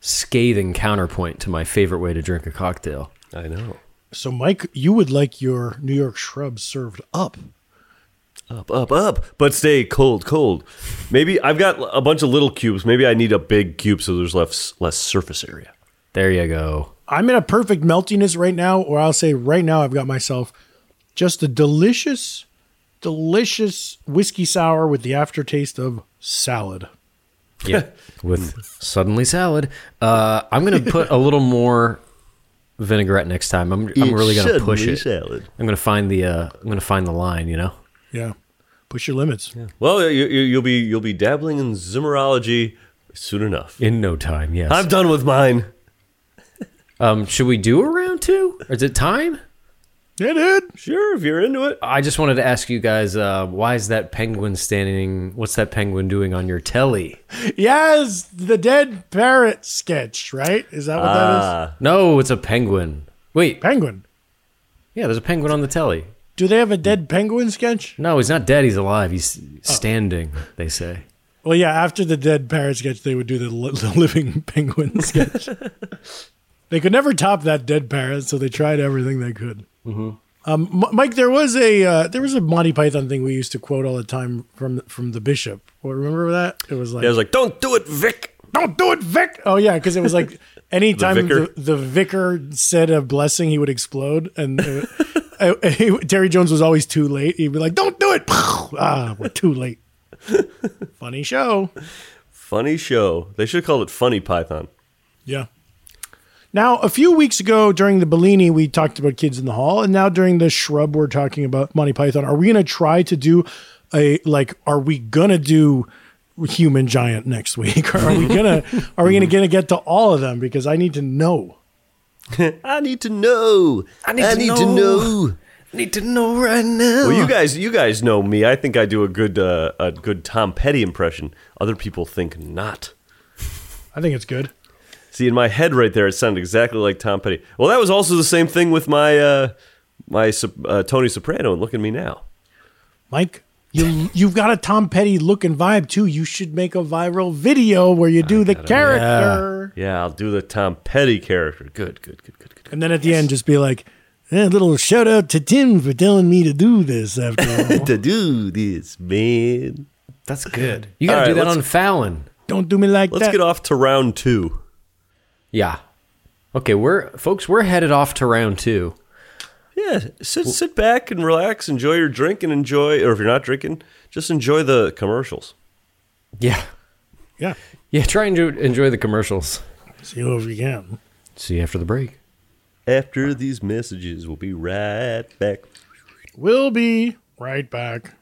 scathing counterpoint to my favorite way to drink a cocktail. I know. So, Mike, you would like your New York shrub served up. Up, up, up, but stay cold, cold. Maybe I've got a bunch of little cubes. Maybe I need a big cube so there's less less surface area. There you go. I'm in a perfect meltiness right now, or I'll say right now I've got myself just a delicious, delicious whiskey sour with the aftertaste of salad. Yeah, with suddenly salad. Uh, I'm gonna put a little more vinaigrette next time. I'm, I'm really gonna push it. Salad. I'm gonna find the uh, I'm gonna find the line. You know. Yeah. Push your limits. Well, you, you, you'll be you'll be dabbling in zimmerology soon enough. In no time. Yes. I'm done with mine. um, should we do a round two? Or is it time? Yeah, dude. Sure, if you're into it. I just wanted to ask you guys, uh, why is that penguin standing? What's that penguin doing on your telly? Yes, the dead parrot sketch, right? Is that what that is? Ah. No, it's a penguin. Wait, Penguin. yeah, there's a penguin on the telly. Do they have a dead penguin sketch? No, he's not dead. He's alive. He's standing. They say. Well, yeah, after the dead parrot sketch, they would do the, li- the living penguin sketch. they could never top that dead parrot, so they tried everything they could. Um, M- Mike, there was a uh, there was a Monty Python thing we used to quote all the time from from the Bishop. Well, remember that? It was like, I was like, don't do it, Vic. "Don't do it, Vic." Oh yeah, because it was like anytime vicar. the, the, vicar said a blessing, he would explode, and uh, uh, he- Terry Jones was always too late. He'd be like, "Don't do it!" ah, we're too late. Funny show. Funny show. They should have called it Funny Python. Yeah. Now, a few weeks ago during the Bellini, we talked about Kids in the Hall, and now during the Shrub, we're talking about Monty Python. Are we going to try to do a like? Are we going to do Human Giant next week? Or are we gonna Are we gonna gonna get to all of them? Because I need to know. I need to know. I need to know. Need to know right now. Well, you guys, you guys know me. I think I do a good uh, a good Tom Petty impression. Other people think not. I think it's good. See, in my head right there, it sounded exactly like Tom Petty. Well, that was also the same thing with my uh, my Sop- uh, Tony Soprano. And look at me now. Mike, you you've got a Tom Petty look and vibe too. You should make a viral video where you do the character, Yeah, I'll do the Tom Petty character. Good, good, good, good, good. and then at the end, just be like. "Eh, A little shout out to Tim for telling me to do this after all. To do this, man. That's good. You gotta All right, do that let's- on Fallon. Don't do me like Let's that. get off to round two. Yeah. Okay, we're folks. We're headed off to round two. Yeah, sit sit back and relax, enjoy your drink, and enjoy. Or if you're not drinking, just enjoy the commercials. Yeah. Yeah. Yeah. Try and jo- enjoy the commercials. See what we can. See you after the break. After these messages, we'll be right back. We'll be right back.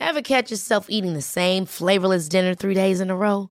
Ever catch yourself eating the same flavorless dinner three days in a row?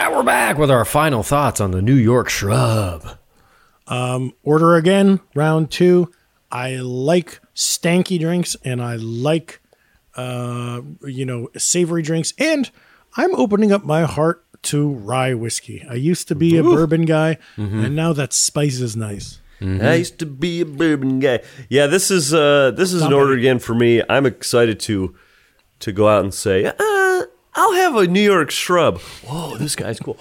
And we're back with our final thoughts on the New York shrub. Um, order again, round two. I like stanky drinks and I like, uh, you know, savory drinks. And I'm opening up my heart to rye whiskey. I used to be a Ooh. bourbon guy, Mhm. and now that spice is nice. I used to be a bourbon guy. Yeah, this is uh, this is an order again for me. I'm excited to to go out and say, uh, I'll have a New York shrub. Whoa, this guy's cool.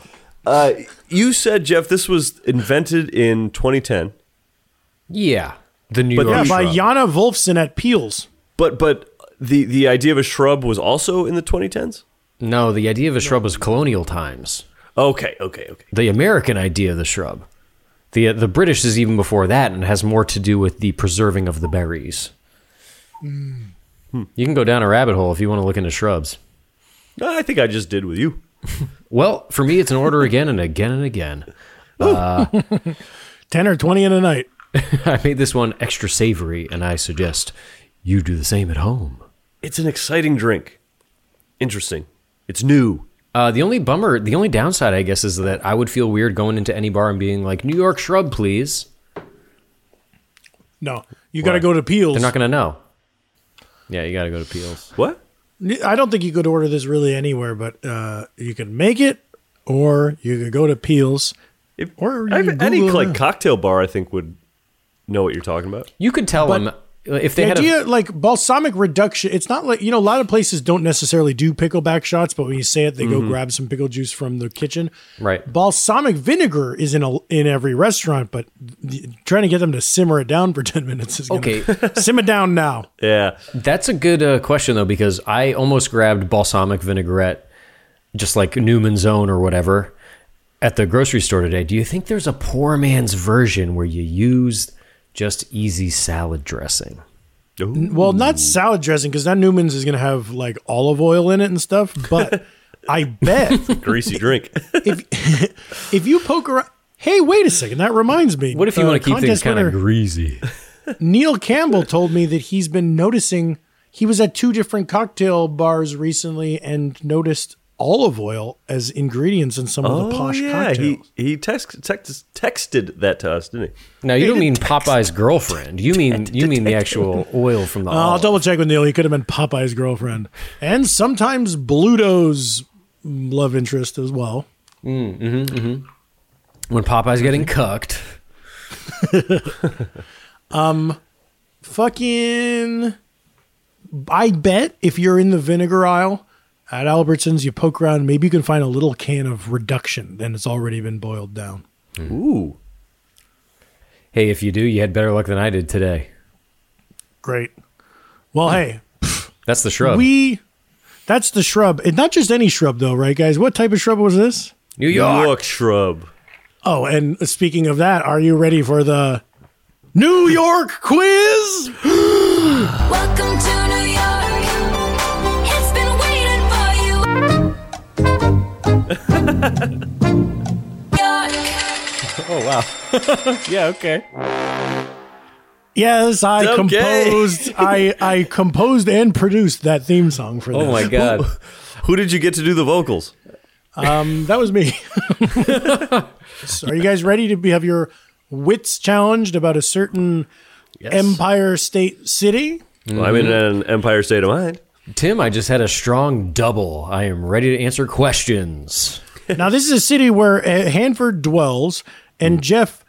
Uh, you said, Jeff, this was invented in 2010. Yeah, the New yeah, by Jana Wolfson at Peels. But but the the idea of a shrub was also in the 2010s. No, the idea of a shrub was colonial times. Okay, okay, okay. The American idea of the shrub. The, uh, the British is even before that and has more to do with the preserving of the berries. Hmm. Hmm. You can go down a rabbit hole if you want to look into shrubs. I think I just did with you. well, for me, it's an order again and again and again. Uh, 10 or 20 in a night. I made this one extra savory, and I suggest you do the same at home. It's an exciting drink. Interesting. It's new. Uh, the only bummer, the only downside, I guess, is that I would feel weird going into any bar and being like, New York shrub, please. No, you got to go to Peels. They're not going to know. Yeah, you got to go to Peels. What? I don't think you could order this really anywhere, but uh, you can make it, or you could go to Peels, or you I- can any Google like it. cocktail bar, I think would know what you're talking about. You could tell But them if they the had idea a. like balsamic reduction. It's not like you know a lot of places don't necessarily do pickleback shots, but when you say it, they Mhm. go grab some pickle juice from the kitchen. Right. Balsamic vinegar is in a, in every restaurant, but the, trying to get them to simmer it down for ten minutes is gonna, Okay. simmer down now. Yeah. That's a good uh, question, though, because I almost grabbed balsamic vinaigrette, just like Newman's Own or whatever, at the grocery store today. Do you think there's a poor man's version where you use just easy salad dressing? N- Well, Mm. not salad dressing because that Newman's is gonna have like olive oil in it and stuff. But I bet Greasy drink. if you poke around, hey, wait a second, that reminds me. What if you Uh, want to keep things contest kind winner- of greasy? Neil Campbell told me that he's been noticing he was at two different cocktail bars recently and noticed olive oil as ingredients in some of the Oh posh yeah, cocktails. he he text, text, texted that to us, didn't he? Now you don't mean Popeye's girlfriend. You mean you mean the actual oil from the Uh, I'll olive. double check with Neil. He could have been Popeye's girlfriend and sometimes Bluto's love interest as well. Mm, hmm When Popeye's getting cucked. Um, fucking. I bet if you're in the vinegar aisle at Albertsons, you poke around, maybe you can find a little can of reduction. Then it's already been boiled down. Ooh. Hey, if you do, you had better luck than I did today. Great. Well, hey, That's the shrub. We that's the shrub. And not just any shrub though, right guys? What type of shrub was this? New York. shrub. Oh, and speaking of that, are you ready for the New York quiz? Welcome to New York. It's been waiting for you. Oh wow. yeah. Okay. Yes, I Okay. composed I I composed and produced that theme song for this. Oh my god. Who, who did you get to do the vocals? Um that was me. so are you guys ready to be, have your wits challenged about a certain Empire State City? Well, I'm in an Empire State of Mind. Tim, I just had a strong double. I am ready to answer questions. now this is a city where uh, Hanford dwells, and Jeff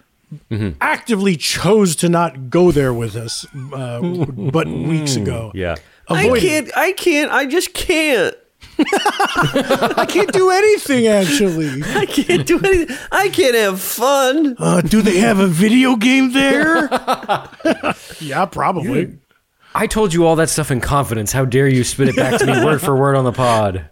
Mm-hmm. actively chose to not go there with us, uh, but weeks ago. Yeah. Avoid I can't. I can't. I just can't. I can't do anything actually. I can't do anything. I can't have fun. Uh, do they have a video game there? yeah, probably. I told you all that stuff in confidence. How dare you spit it back to me word for word on the pod?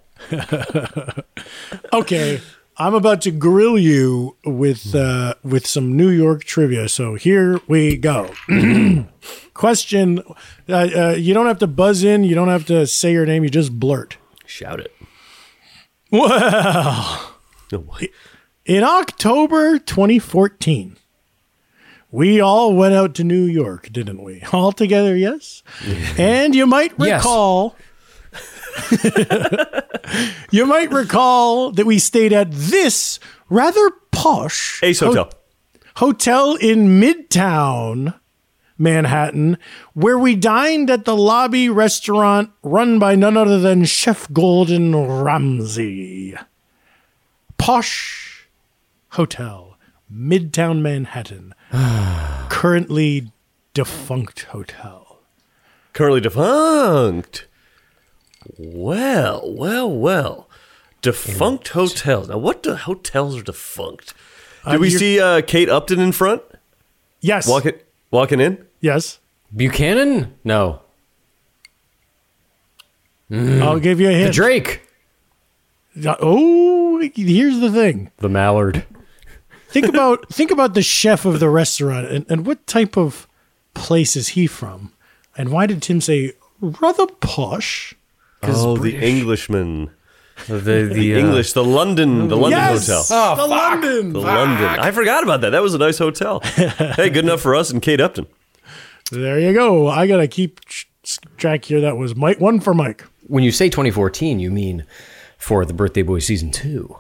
okay, I'm about to grill you with uh, with some New York trivia. So here we go. Question: uh, uh, You don't have to buzz in. You don't have to say your name. You just blurt. Shout it. Well, in October 2014, we all went out to New York, didn't we? All together, yes. and you might Yes. recall. you might recall that we stayed at this rather posh Ace ho- Hotel. hotel in Midtown Manhattan, where we dined at the lobby restaurant run by none other than Chef Golden Ramsay. Posh Hotel, Midtown Manhattan, currently defunct hotel. Currently defunct. Well, well, well. Defunct hotels. Now, what do hotels are defunct? Did Uh, we you're- see uh, Kate Upton in front? Yes. Walking, walking in? Yes. Buchanan? No. Mm. I'll give you a hint. The Drake. Oh, here's the thing. The Mallard. Think about think about the chef of the restaurant and, and what type of place is he from? And why did Tim say rather posh? 'Cause Oh, British. the Englishman. The, the, uh, English, the London, the London Yes! hotel. Oh, the London. The London. I forgot about that. That was a nice hotel. hey, good enough for us and Kate Upton. There you go. I gotta keep tr- track here. That was Mike. One for Mike. When you say 2014, you mean for the Birthday Boy season two.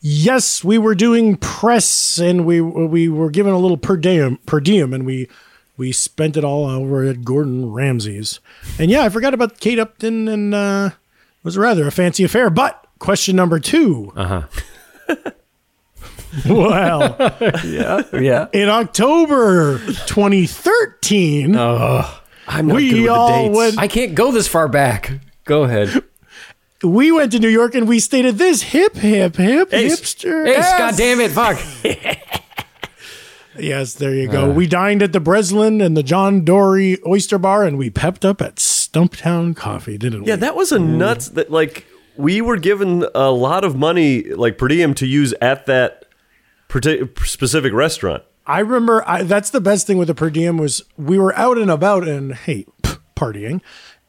Yes, we were doing press, and we we were given a little per diem, per diem, and we we spent it all over at Gordon Ramsay's. And yeah, I forgot about Kate Upton, and uh, it was rather a fancy affair. But question number two. Uh huh. Well, yeah, yeah. In October 2013, I'm not we Oh, good with the all dates. went I can't go this far back. Go ahead. we went to New York and we stayed at this hip, hip, hip, hipster. Ace, ass. God damn it, fuck. Yes, there you go. Uh. we dined at the Breslin and the John Dory Oyster Bar and we pepped up at Stumptown Coffee, didn't we? Yeah, that was a nuts. That like we were given a lot of money, like per diem, to use at that partic- specific restaurant. I remember I, that's the best thing with the per diem was we were out and about and hey, pff, partying.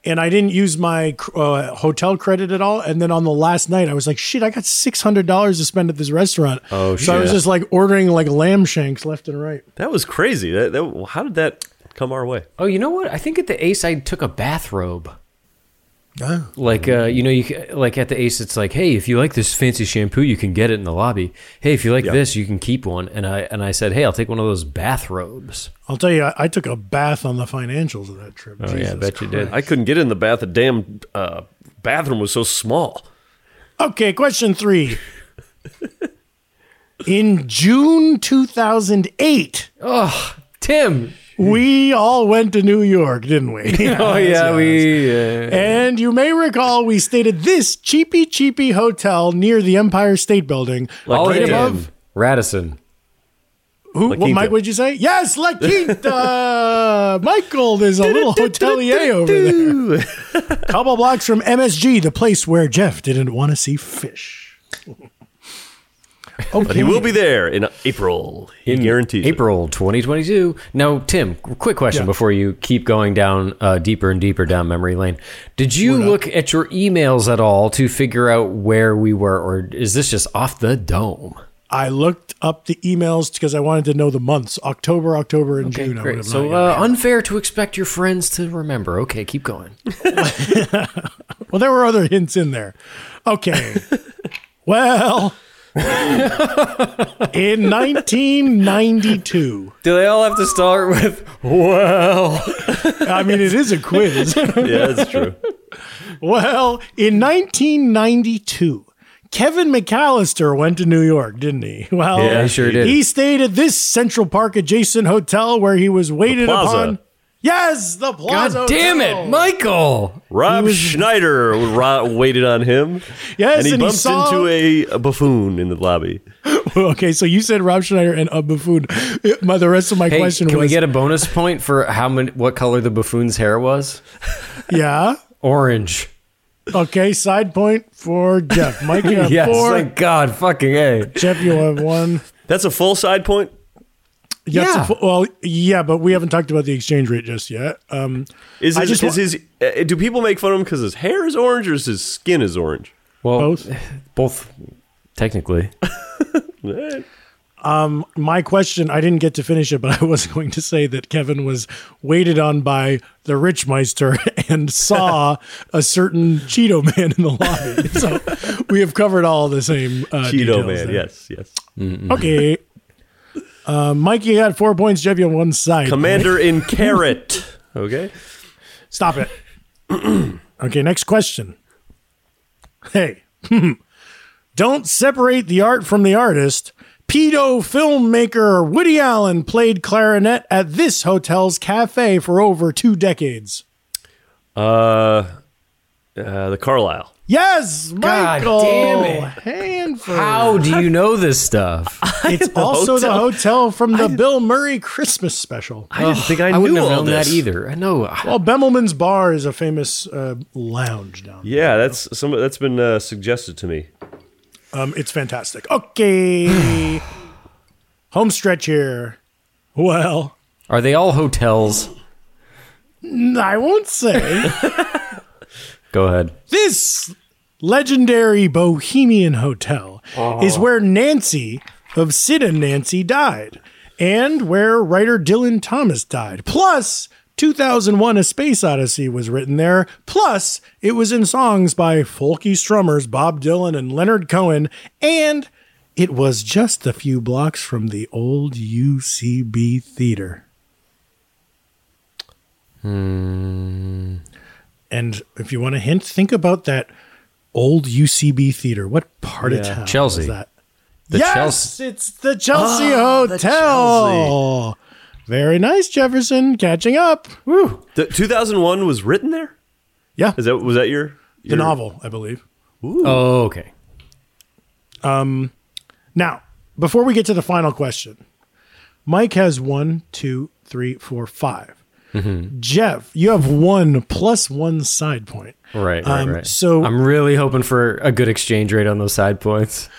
And I didn't use my uh, hotel credit at all. And then on the last night, I was like, shit, I got $600 to spend at this restaurant. Oh, So I was shit. just like ordering like lamb shanks left and right. That was crazy. That, that how did that come our way? Oh, you know what? I think at the Ace I took a bathrobe. Oh. Like uh, you know, you ca- like at the Ace, it's like, hey, if you like this fancy shampoo, you can get it in the lobby. Hey, if you like this, you can keep one. And I and I said, hey, I'll take one of those bathrobes. I'll tell you, I, I took a bath on the financials of that trip. Oh yeah, I Jesus bet you did. I couldn't get in the bath. The damn uh, bathroom was so small. Okay, question three. In June 2008. Oh, Tim. We all went to New York, didn't we? oh That's yeah, right. we. Uh, And you may recall we stayed at this cheapy, cheapy hotel near the Empire State Building. right Holiday above. Inn, Radisson. La Who, what, Mike, Quinta. would you say? Yes, La Quinta! Michael is a little hotelier over there. Couple blocks from MSG, the place where Jeff didn't want to see fish. But he will be there in April. He guarantees. it. April 2022. Now, Tim, quick question Yeah. before you keep going down uh, deeper and deeper down memory lane. Did you look at your emails at all to figure out where we were, or is this just off the dome? I looked up the emails because I wanted to know the months October, October, and June. I would Great. have So not uh, unfair to expect your friends to remember. Okay, keep going. yet. well, there were other hints in there. Okay. well, in 1992. Do they all have to start with well? I mean, it is a quiz. yeah, that's true. Well, in 1992, Kevin McAllister went to New York, didn't he? Well, Yeah, he sure did. He stayed at this Central Park adjacent hotel where he was waited Plaza. upon. Yes, the Plaza. God damn Hotel. it, Michael! Rob Schneider ro- waited on him. Yes, and he and he bumped saw- into a, a buffoon in the lobby. okay, so you said Rob Schneider and a buffoon. My, the rest of my Hey, question can we was, get a bonus point for how many? What color the buffoon's hair was? yeah, Orange. okay. Side point for Jeff. Mike, you have yes, four. thank God, fucking a. Jeff, you have one. That's a full side point. Yeah. it's a Yeah. fu- well, yeah, but we haven't talked about the exchange rate just yet. Um, Is I his, just is his wa- uh, do people make fun of him because his hair is orange or is his skin is orange? Well, both. Both, technically. Um, my question, I didn't get to finish it, but I was going to say that Kevin was waited on by the rich meister and saw a certain Cheeto man in the lobby. So we have covered all the same uh, Cheeto details man, there. yes, yes. Okay. Uh, Mike, you got four points. Jeff, you have one side. Commander in carrot. Okay. Stop it. okay, next question. Hey, don't separate the art from the artist. Pedo filmmaker Woody Allen played clarinet at this hotel's cafe for over two decades. Uh, uh, the Carlisle. Yes, God Michael. damn it. Hanford. How do you know this stuff? It's also the hotel from the Bill Murray Christmas special. I didn't think I, Ugh, wouldn't knew have all known that this. either. I know. Well, Bemelman's Bar is a famous uh, lounge now. Yeah, that's some that's been uh, suggested to me. Um, it's fantastic. Okay. Home stretch here. Well, Are they all hotels? n- I won't say. Go ahead. this legendary bohemian hotel is where Nancy of Sid and Nancy died and where writer Dylan Thomas died. Plus, 2001 A Space Odyssey was written there. Plus, it was in songs by folky strummers Bob Dylan and Leonard Cohen. And it was just a few blocks from the old UCB Theater. Hmm. And if you want a hint, think about that old UCB theater. What part of Yeah. town? Chelsea. Was that? The yes, Chelsea- it's the Chelsea Ah, the Hotel. Very nice, Jefferson. Catching up. Woo. The 2001 was written there? Yeah. Is that was that your, The your- novel, I believe. Ooh. Oh, okay. Um, now, before we get to the final question, Mike has one, two, three, four, five. Mm-hmm. Jeff, you have one plus one side point. Right, right, Um, right. so- I'm really hoping for a good exchange rate on those side points.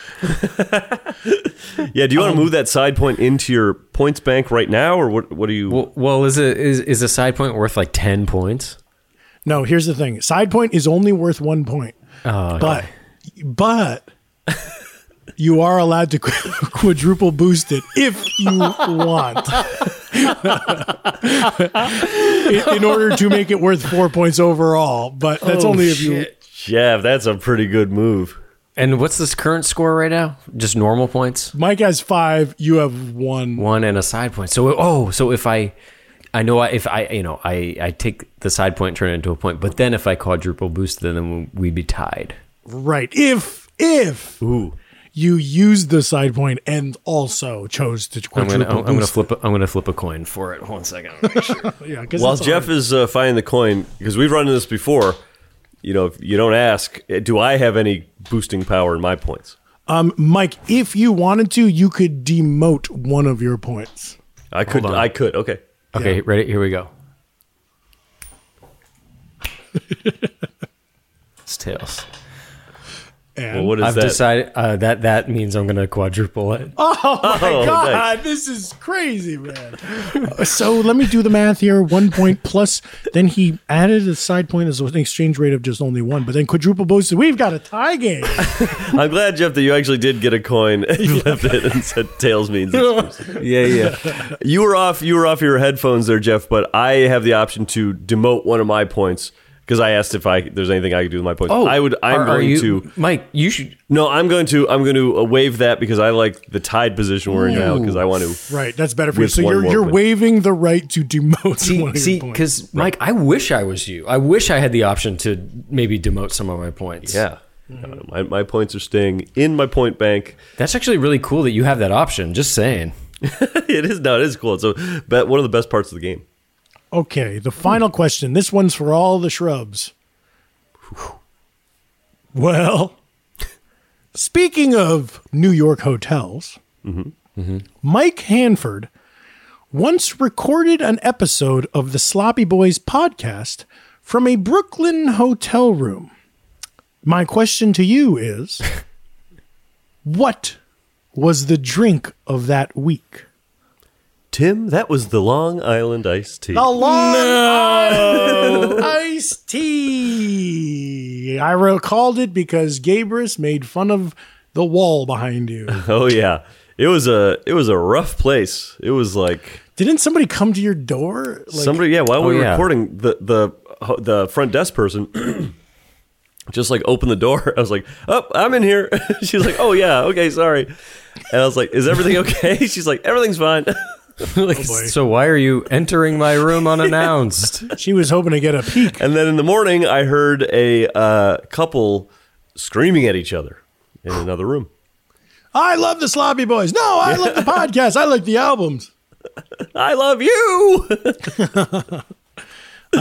Yeah, do you want Um, to move that side point into your points bank right now or what what do you Well, well is it is is a side point worth like ten points? No, here's the thing. Side point is only worth one point. Oh, but but you are allowed to quadruple boost it if you want in, in order to make it worth four points overall but that's Oh, only if shit. Jeff, that's a pretty good move. And what's this current score right now? Just normal points, you mike has five you have one one and a side point. So oh, so if I, I know I, if I you know I I take the side point, turn it into a point, but then if I quadruple boost, then we'd be tied. right if if you used the side point and also chose to I'm quadruple gonna I'm, I'm boost gonna flip a, I'm gonna flip a coin for it. One second. it. yeah 'cause While it's Jeff is uh, finding the coin because we've run into this before, you know, if you don't ask, eh, do I have any boosting power in my points? Um, Mike, if you wanted to, you could demote one of your points. I could on. I could. Okay. Okay, ready? Here we go. it's tails. And Well, what is I've that? decided uh, that that means I'm gonna quadruple it. Oh my Oh, god, this is crazy, man. Uh, so let me do the math here. One point plus, then he added a side point as an exchange rate of just only one, but then quadruple boosted. We've got a tie game. I'm glad, Jeff, that you actually did get a coin. You flipped it and said tails means it's boosting. Yeah, yeah. You were off. You were off your headphones there, Jeff. But I have the option to demote one of my points because I asked if I there's anything I could do with my points. I would. I'm Oh, are- are going you- to. Mike. You should. No, I'm going to. I'm going to uh, waive that because I like the tied position we're in now because I want to. right, that's better for you. With So one you're more you're win. waiving the right to demote one See, of see, your points. because Mike, I wish I was you. I wish I had the option to maybe demote some of my points. Yeah, Mm-hmm. Uh, my, my points are staying in my point bank. that's actually really cool that you have that option. Just saying. it is no, it is cool. So, but one of the best parts of the game. Okay, the final question. This one's for all the shrubs. Well, speaking of New York hotels, Mike Hanford once recorded an episode of the Sloppy Boys podcast from a Brooklyn hotel room. My question to you is what was the drink of that week? Tim, that was the Long Island iced tea. The Long Island iced tea. I recalled it because Gabrus made fun of the wall behind you. Oh yeah, it was a it was a rough place. It was like Didn't somebody come to your door? Like, somebody yeah while we Oh, were yeah. recording the the the front desk person just like opened the door i was like oh i'm in here she's like oh yeah okay sorry and i was like is everything okay she's like everything's fine Oh, so why are you entering my room unannounced she was hoping to get a peek and then in the morning i heard a uh, couple screaming at each other in another room I love the Sloppy Boys. No, I love the podcast. I like the albums. I love you.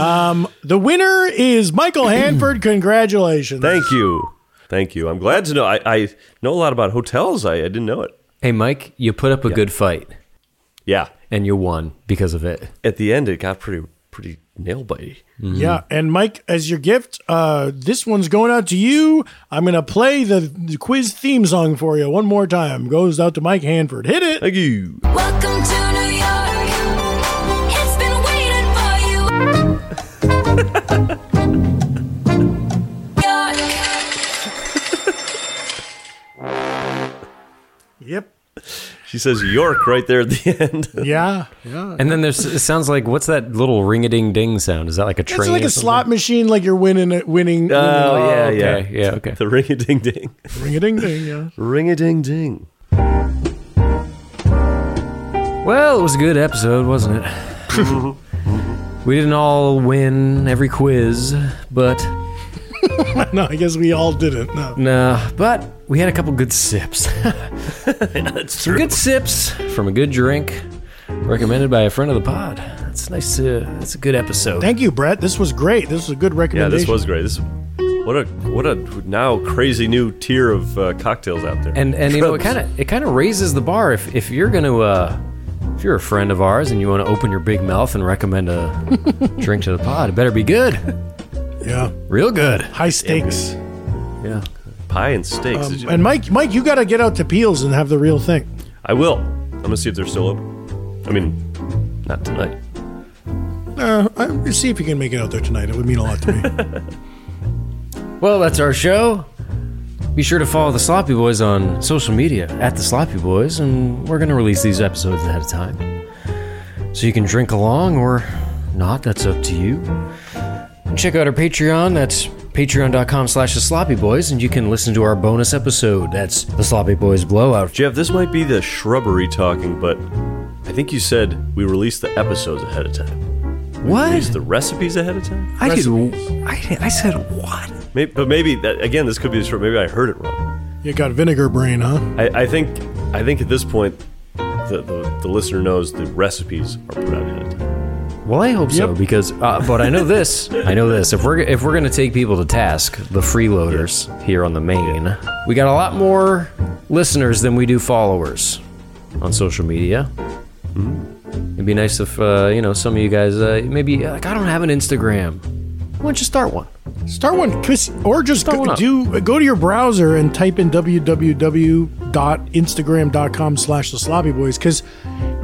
um, the winner is Michael Hanford. Congratulations. thank you thank you i'm glad to know i, I know a lot about hotels I, I didn't know it hey mike you put up a good fight yeah and you won because of it at the end it got pretty pretty nail bitey Yeah, and Mike, as your gift, uh, this one's going out to you. I'm gonna play the, the quiz theme song for you one more time. Goes out to Mike Hanford. Hit it. Thank you. Welcome to New York. It's been waiting for you. York. Yep. she says york right there at the end Yeah, yeah. and then there's it sounds like what's that little ring-a-ding ding sound is that like a train It's like or a something? slot machine, like you're winning, it- winning. Oh, yeah, okay. yeah, yeah. Okay. The ring a ding ding. Ring a ding ding. Yeah. Ring a ding ding. Well, it was a good episode, wasn't it? we didn't all win every quiz, but no, I guess we all didn't. No. nah, but we had a couple good sips. That's Some good sips from a good drink, recommended by a friend of the pod. That's nice. To, that's a good episode. Thank you, Brett. This was great. This was a good Yeah, recommendation. this was great. This what a what a now crazy new tier of uh, cocktails out there. and and you know it kind of it kind of raises the bar if if you're gonna uh if you're a friend of ours and you want to open your big mouth and recommend a drink to the pod, it better be good, Yeah. real good, high stakes. Yeah, pie and steaks. Did Um, you- and Mike, Mike, you got to get out to Peels and have the real thing. I will. I'm gonna see if they're still open. I mean, not tonight. Uh, I, see if you can make it out there tonight. It would mean a lot to me. Well, that's our show. Be sure to follow the Sloppy Boys on social media at the Sloppy Boys, and we're going to release these episodes ahead of time. So you can drink along or not, that's up to you. And check out our Patreon, that's patreon.com slash the Sloppy Boys, and you can listen to our bonus episode, that's the Sloppy Boys Blowout. Jeff, this might be the shrubbery talking, but I think you said we release the episodes ahead of time. We What? Release the recipes ahead of time. I did. I, did- I said what? Maybe, but maybe that again. This could be short. Maybe I heard it wrong. you got vinegar brain, huh? I, I think I think at this point, the, the, the listener knows the recipes are put out ahead of time. Well, I hope so because, uh, but I know this. I know this. If we're if we're gonna take people to task, the freeloaders here on the main, we got a lot more listeners than we do followers on social media. It'd be nice if uh, you know some of you guys uh, maybe uh, like I don't have an Instagram. Why don't you start one? Start one, Chris, or just one go, up. do go to your browser and type in www.instagram.com slash the sloppy boys. Because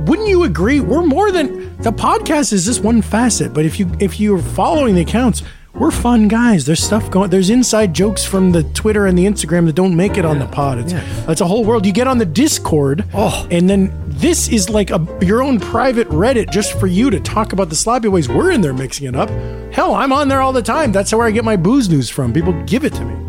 wouldn't you agree? We're more than the podcast is just one facet, but if you if you're following the accounts, we're fun guys. There's stuff going. There's inside jokes from the Twitter and the Instagram that don't make it on the pod. It's it's a whole world. You get on the Discord, oh, and then this is like a your own private Reddit just for you to talk about the sloppy ways. We're in there mixing it up. Hell, I'm on there all the time. That's where I get my booze news from. People give it to me.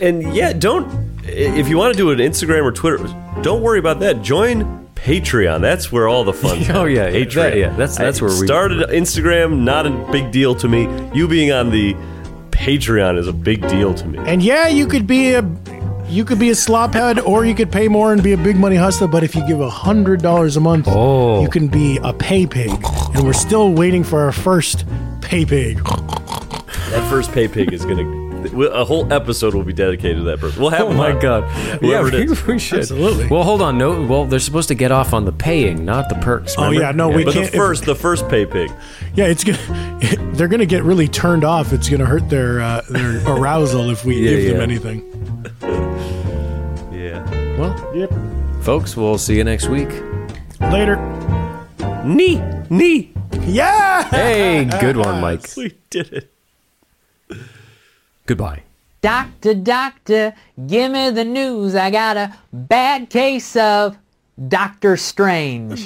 And yeah, don't if you want to do an Instagram or Twitter, don't worry about that. Join Patreon. That's where all the fun. Oh, yeah, yeah. Patreon. That- yeah, that's- that's where we- started Instagram. Not a big deal to me. You being on the Patreon is a big deal to me. And yeah, you could be a You could be a slophead, or you could pay more and be a big money hustler. But if you give hundred dollars a month, Oh. you can be a pay pig. And we're still waiting for our first pay pig. That first pay pig is going to. A whole episode will be dedicated to that person. We'll have Oh him my on. god! Whoever yeah, it is. we, we should. Well, hold on. No, well, they're supposed to get off on the paying, not the perks. Oh, remember? yeah, no, we but can't- the first, the first pay pig. Yeah, it's gonna. They're gonna get really turned off. It's gonna hurt their uh, their arousal if we Yeah, give them yeah. anything. Yeah. Well, yep. Folks, we'll see you next week. Later. Knee, knee. Yeah. Hey, good one, Mike. We did it. Goodbye. Doctor, doctor, give me the news. I got a bad case of Doctor Strange.